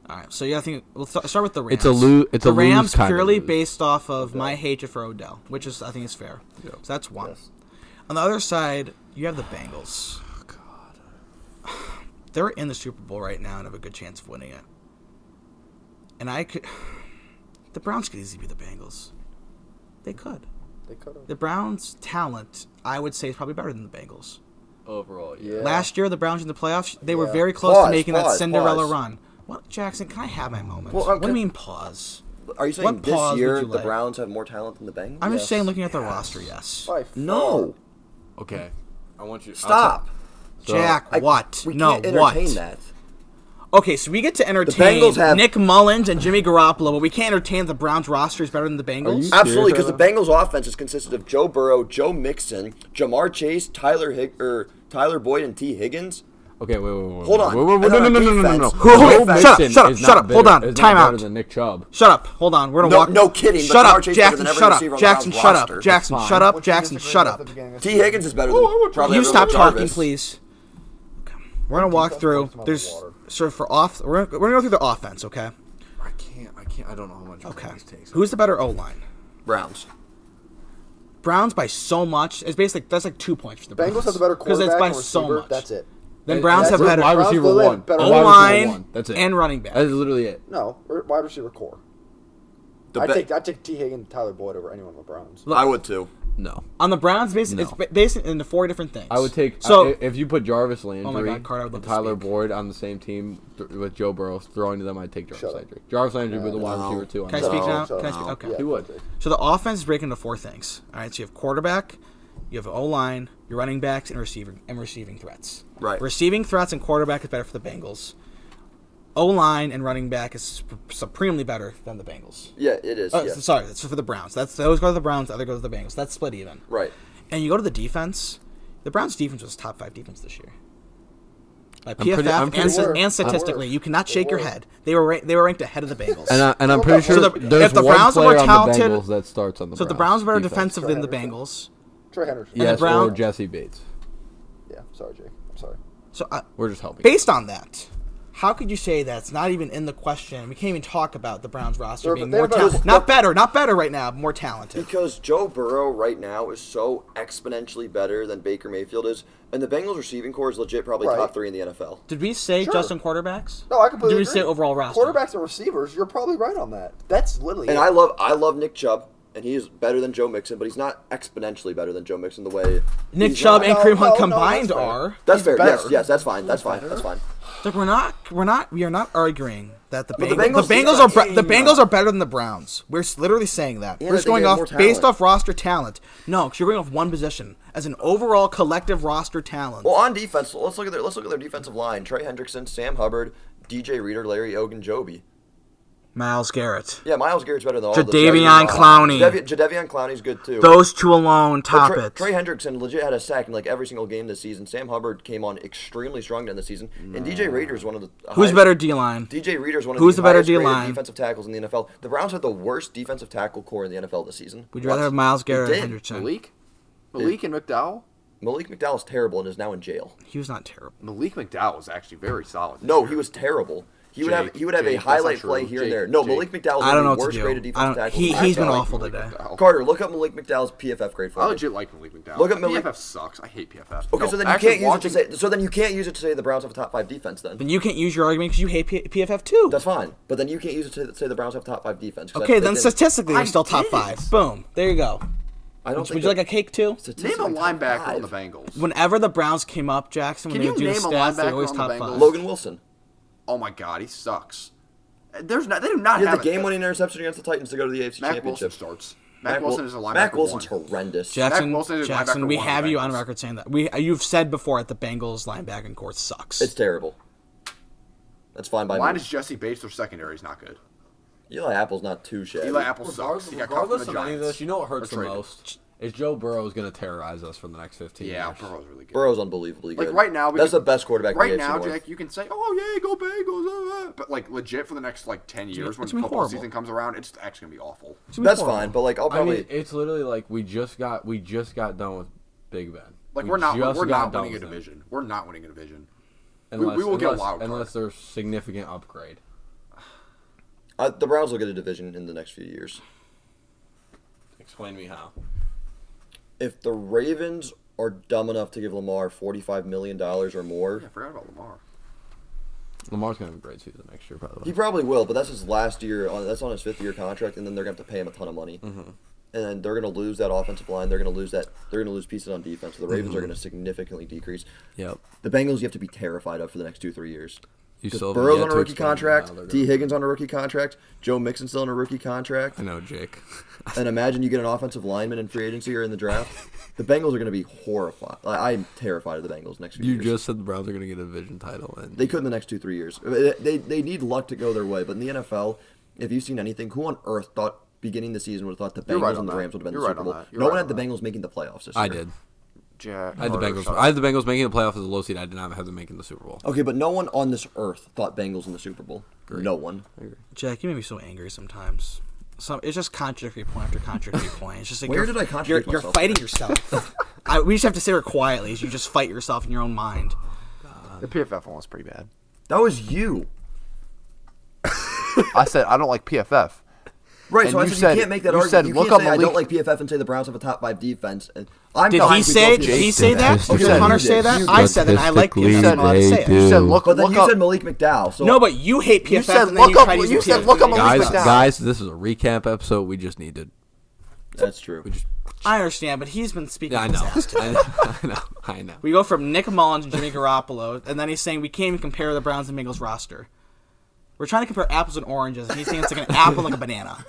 A: All right, so yeah, I think we'll th- start with the Rams.
D: It's a loo- it's
A: the
D: a lose
A: Rams
D: kinda
A: purely
D: lose.
A: based off of my hatred for Odell, which is I think is fair. So that's one. On the other side, you have the Bengals.
D: Oh,
A: They're in the Super Bowl right now and have a good chance of winning it. And I could, the Browns could easily be the Bengals. They could.
C: They could have.
A: The Browns' talent, I would say, is probably better than the Bengals.
F: Overall, yeah.
C: Yeah.
A: Last year, the Browns in the playoffs, they were
C: Yeah.
A: very close to
B: Pause,
A: making that
B: pause,
A: Cinderella
B: pause.
A: run. What, Jackson? Can I have my moment?
B: Well,
A: what do
B: okay.
A: you mean pause?
B: Are you saying
A: What pause
B: this
A: would
B: year
A: you
B: the
A: like?
B: Browns have more talent than the Bengals?
A: I'm just
C: Yes.
A: saying, looking at their roster, yes.
C: By far.
B: no,
D: Okay. I want you.
B: stop.
D: So-
A: Jack,
B: I-
A: what?
B: We
A: no,
B: can't
A: what?
B: entertain that.
A: Okay, so we get to entertain
B: Bengals have-
A: Nick Mullins and Jimmy Garoppolo, but we can't entertain the Browns roster is better than the Bengals.
D: you-
B: Absolutely,
D: serious
B: because
D: right
B: the Bengals' offense is consisted of Joe Burrow, Joe Mixon, Jamar Chase, Tyler Hig- or Tyler Boyd, and T. Higgins.
D: Okay, wait, wait, wait.
B: Hold
D: wait,
B: on.
D: Wait, wait,
B: And
D: no,
B: on
D: no, no, no, no, no, no.
B: defense- Hold on,
D: Joe
B: defense-
A: shut up,
D: Mixon
A: shut up,
D: is
A: shut
D: not
A: up, hold
D: better-
A: on,
D: is
A: time
D: not
A: out.
D: Better than Nick Chubb.
A: Shut up. Hold on. We're gonna
B: No-
A: walk.
B: no kidding, but
A: Shut
B: Jamar
A: up,
B: Chase better
A: Jackson.
B: than every
A: Shut up,
B: receiver on the
A: Jackson.
B: Browns
A: Shut
B: roster.
A: up,
B: That's
A: Jackson.
D: fine.
A: Shut up,
C: What you
A: Jackson.
C: disagree
A: Shut
C: with at
A: up.
C: the beginning of this
B: T.
C: year.
B: Higgins is better than probably
A: Oh, You
B: everyone
A: stop
B: but
A: talking,
B: Jarvis.
A: please. We're gonna walk
C: Keep
A: through.
C: talking about
A: There's
C: water.
A: sort of for off. We're gonna, we're gonna go through the offense. Okay.
D: I can't. I can't. I don't know how much.
A: Okay.
D: this takes.
A: Who's the better O line?
B: Browns.
A: Browns by so much. It's basically that's like two points for the Browns.
C: Bengals have the better
A: because
C: quarterback
A: it's by
C: and
A: so
C: receiver.
A: much.
C: That's it.
A: Then Browns have
C: That's
A: better
C: it.
D: wide
C: Browns
D: receiver
C: literally
D: one,
C: have better
D: Wide receiver
A: O-line
D: one. That's it.
A: and running back.
D: That is literally it.
C: No, we're wide receiver core.
B: The
C: I
B: Be-
C: take I take T Higgins and Tyler Boyd over anyone on the Browns.
B: I would too.
D: No,
A: On the Browns, basically,
D: No.
A: it's ba- based into four different things.
D: I would take.
A: so. oh
D: I, if you put Jarvis Landry
A: God, Carter, I would love
D: and
A: to
D: Tyler
A: speak.
D: Boyd on the same team th- with Joe Burrow throwing to them, I'd take Jarvis
C: Shut up.
D: Landry. Jarvis Landry would be the
C: No.
D: wide receiver too. On
A: can I
D: that.
A: speak
B: No,
A: now?
C: so
A: Can I speak?
B: no.
A: Okay.
C: Yeah.
D: He would.
A: So the offense is breaking into four things. All right, so you have quarterback, you have O line, your running backs, and receiving and receiving threats.
B: Right.
A: Receiving threats and quarterback is better for the Bengals. O line and running back is sup- supremely better than the Bengals.
B: Yeah, it is.
A: Oh,
B: yes.
A: sorry, that's for the Browns. That's those go to the Browns, the other goes to the Bengals. That's split even.
B: Right.
A: And you go to the defense. The Browns' defense was top five defense this year. By
D: pretty-
A: PFF
D: I'm pretty
A: and, sta-
C: sure-
A: and statistically,
C: I'm-
A: you cannot
C: They
A: shake your
C: were.
A: head. They were ra- they were ranked ahead of the Bengals.
D: And, I, and I'm
C: So
D: pretty
C: the-
D: sure
A: so the-
D: there's
A: if the
D: one
A: Browns were
D: player
A: talented-
D: on the Bengals that starts on the
A: so
D: Browns.
A: the Browns are better
D: defense.
A: defensive than the
C: Right.
A: Bengals.
C: Troy Henderson.
A: Yeah. the
D: Yes, or
A: Browns-
D: Jesse Bates.
C: Yeah. Sorry, Jake. I'm sorry.
A: So I,
D: We're just helping.
A: based on that, how could you say that's not even in the question? We can't even talk about the Browns roster
C: They're-
A: being
C: they're
A: more
C: better-
A: talented. Not better, not better right now, more talented.
B: Because Joe Burrow right now is so exponentially better than Baker Mayfield is, and the Bengals receiving core is legit probably
C: Right.
B: top three in the NFL.
A: Did we say
C: Sure.
A: just on quarterbacks?
C: No, I completely
A: Did we
C: agree.
A: say overall roster?
C: Quarterbacks and receivers, you're probably right on that. That's literally.
B: And
C: it.
B: I love I love Nick Chubb, and he is better than Joe Mixon, but he's not exponentially better than Joe Mixon the way
A: Nick
B: he's
A: Chubb
B: not.
A: and
C: No,
A: Kareem Hunt
C: no, no,
A: combined
C: that's fair.
A: are.
B: That's fair. Yes,
C: better.
B: yes, that's fine. That's fine. That's fine.
A: Like we're not, we're not, we are not arguing that the
B: But the
A: Bengals, the Bengals,
B: Bengals-
A: are bre- the Bengals are better than the Browns. We're s- literally saying that.
B: Yeah,
A: We're just
B: they
A: going
B: have
A: off
B: more
A: based
B: talent.
A: off roster talent. No, because you're going off one position as an overall collective roster talent.
B: Well, on defense, let's look at their let's look at their defensive line: Trey Hendrickson, Sam Hubbard, DJ Reader, Larry Ogunjobi.
A: Miles Garrett.
B: Yeah, Miles Garrett's better than all
A: Jadavion
B: those.
A: Clowney.
B: Jadevi- Jadavion Clowney's good too.
A: Those two alone
B: But
A: top
B: Trey,
A: it.
B: Trey Hendrickson legit had a sack in like every single game this season. Sam Hubbard came on extremely strong in the season, and DJ Reader's one of the
A: Who's
B: highest-
A: better D line?
B: DJ Reader's one of
A: Who's
B: the,
A: the better
B: highest rated
A: D-line?
B: defensive tackles in the NFL. The Browns had the worst defensive tackle core in the NFL this season.
A: Would you rather
B: What?
A: have Miles
B: They
A: Garrett or
B: did.
A: Hendrickson?
F: Malik? Malik and McDowell?
B: Malik McDowell's terrible and is now in jail.
A: He was not terrible.
F: Malik McDowell was actually very solid. this
B: No,
F: year.
B: he was terrible. He would have
F: Jake,
B: he would have
F: Jake,
B: a
F: that's not
B: highlight
F: true.
B: play here
F: Jake,
B: and there. No,
F: Jake.
B: Malik McDowell's
A: I don't know
B: one
A: what
B: of the
A: to
B: worst
A: do. I
B: rated defensive
A: don't-
B: tackle.
A: he-
B: in the
A: he's
B: NFL.
A: been
F: I like
A: awful
F: Malik
A: today.
F: McDowell.
B: Carter, look up Malik McDowell's PFF grade for
F: I
B: me.
F: legit like Malik McDowell.
B: Look at Malik-
F: PFF sucks. I hate PFF.
B: Okay,
F: No,
B: so then you
F: actually
B: can't use it to
F: watching-
B: say. So then you can't use it to say the Browns have a top five defense. Then
A: Then you can't use your argument because you hate P- PFF too.
B: that's fine. But then you can't use it to say the Browns have top five defense. 'cause
A: okay,
B: that-
A: then
B: that didn't-
A: statistically,
F: I
A: we're still top
F: did.
A: five. Boom. There you go.
B: I don't.
A: Would,
B: think
A: would you
B: that-
A: like a cake too?
F: Name a
B: statistically top
F: linebacker on
B: five.
F: the Bengals.
A: Whenever the Browns came up, Jackson, when
F: Can
A: they
F: you
A: would do the
F: name a
A: stats, they were
F: linebacker
A: always
F: on the
A: top
F: Bengals?
A: five.
B: Logan Wilson.
F: oh my god, he sucks. There's not. They do not
B: He
F: have
B: had the
F: a-
B: game-winning interception against the Titans to go to the AFC
F: Mac Wilson
B: Championship.
F: starts. Mac,
B: Wil-
F: Wilson is a linebacker.
B: Mac Wilson's
F: one.
B: horrendous.
A: Jackson,
F: Mack Wilson is a
A: Jackson,
F: linebacker
A: we
F: one
A: have
F: on
A: you
F: the
A: on
F: Bengals.
A: record saying that. We you've said before that the Bengals linebacking core sucks.
B: It's terrible. That's fine by
F: Mine
B: me.
F: is Jesse Bates. Their secondary is not good.
B: Eli Apple's not too shabby.
F: Eli Apple
D: Regardless,
F: sucks. He got caught from
D: regardless
F: the
D: of any of this,
F: Giants.
D: you know what hurts
F: Or
D: the
F: traded.
D: most is Joe Burrow is going to terrorize us for the next 15
F: Yeah,
D: years.
F: Burrow's really good.
B: Burrow's unbelievably good.
F: Like right now, we
B: that's
F: could-
B: the best quarterback. in
F: Right
B: the AFC
F: now,
B: North.
F: Jack, you can say, "Oh yeah, go Bengals," uh, uh," but like legit for the next like ten years, when
A: it's gonna be
F: football
A: horrible.
F: season comes around, it's actually gonna be awful.
A: It's gonna be
B: That's
A: horrible.
B: fine, but like I'll
D: I
B: probably.
D: mean, it's literally like we just got we just got done with Big Ben.
F: Like
D: We
F: we are not
D: just
F: we're
D: got
F: not
D: done
F: winning a
D: with him.
F: division. We're not winning a division. we
D: Unless,
F: will get a
D: unless,
F: wild card.
D: unless there's significant upgrade.
B: I, the Browns will get a division in the next few years.
D: Explain me how.
B: If the Ravens are dumb enough to give Lamar forty-five million dollars or more,
F: Yeah, I forgot about Lamar.
D: Lamar's gonna have a great season next year, by the
B: he
D: way.
B: probably will. But that's his last year. On, that's on his fifth-year contract, and then they're gonna have to pay him a ton of money. Mm-hmm. And then they're gonna lose that offensive line. They're gonna lose that. They're gonna lose pieces on defense. So the Ravens
D: Mm-hmm.
B: are gonna significantly decrease.
D: Yep.
B: The Bengals you have to be terrified of for the next two three years.
D: You
B: Because
D: still
B: Burrow's
D: yet
B: on a
D: to
B: rookie
D: explain me
B: contract,
D: how they're
B: T
D: gonna-
B: Higgins on a rookie contract, Joe Mixon's still on a rookie contract,
D: I know, Jake.
B: and imagine you get an offensive lineman in free agency or in the draft. the Bengals are going to be horrified. Like, I'm terrified of the Bengals next few
D: You
B: years.
D: just said the Browns are gonna get a division title, and
B: they could in the next two three years. Uh, They, they they need luck to go their way, but in the NFL, if you've seen anything, who on earth thought beginning the season would have thought the Bengals
F: You're right on
B: and the
F: that.
B: Rams would have been
F: You're
B: the
F: right
B: Super
F: on
B: Bowl?
F: that. You're
B: No
F: right
B: one
F: on
B: had the
F: that.
B: Bengals making the playoffs this year.
D: I did.
F: Jack.
D: I had the
F: Carter
D: Bengals.
F: sucks.
D: I had the Bengals making the playoffs as a low seed. I did not have them making the Super Bowl.
B: Okay, but no one on this earth thought Bengals in the Super Bowl. No one.
A: Jack, you make me so angry sometimes. Some it's just contradictory point after contradictory point. It's just like
B: Where
A: you're,
B: did I
A: you're,
B: contradict
A: you're
B: myself
A: fighting yourself. I, we just have to say it quietly. Is you just fight yourself in your own mind.
F: The PFF one was pretty bad.
B: That was you.
F: I said I don't like PFF.
B: Right,
F: And
B: so I
F: you
B: said,
F: said-
B: you can't make that
F: you
B: argument.
F: said,
B: you
F: look
B: can't
F: up
B: say I don't
F: Malik-
B: like PFF and say the Browns have a top five defense. And I'm
A: Did
B: fine
A: he
B: if we
A: say? Did
B: both do
A: he
B: that.
A: say that?
B: Okay,
A: Did Connor
B: you
A: say
B: did.
A: that?
B: You
A: I
B: did.
A: said it. I like you.
F: You
A: so
F: said,
A: I'm allowed to say it.
F: you said look,
B: But then
F: look
B: you
F: up.
B: said Malik McDowell. So
A: No, but you hate PFF.
F: said
A: and then
F: look
A: you
F: up-
A: try to use
F: you
A: it
F: said
A: to-
F: look up Malik
D: Guys,
F: McDowell.
D: guys, this is a recap episode. We just needed.
B: that's true.
A: I understand, but he's been speaking.
D: Yeah, I know.
A: disaster.
D: I know. I know. I know.
A: We go from Nick Mullins to Jimmy Garoppolo, and then he's saying we can't even compare the Browns and Bengals roster. We're trying to compare apples and oranges, and he's saying it's like an apple and a banana.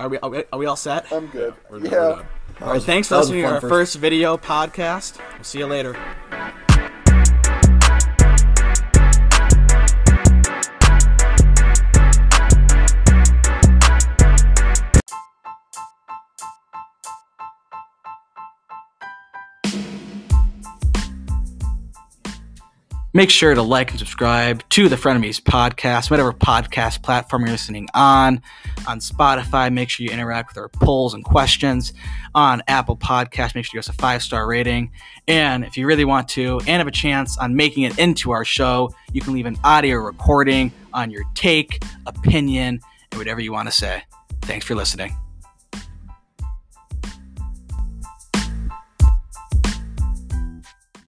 A: Are we, are we, are we all set?
C: I'm good. Yeah.
B: That was-
A: Thanks for
B: that was a
A: listening to
B: fun
A: our first video podcast. We'll see you later. Make sure to like and subscribe to the Frenemies podcast, whatever podcast platform you're listening on. On Spotify, make sure you interact with our polls and questions. On Apple Podcasts, make sure you give us a five star rating. And if you really want to and have a chance on making it into our show, you can leave an audio recording on your take, opinion, and whatever you want to say. Thanks for listening.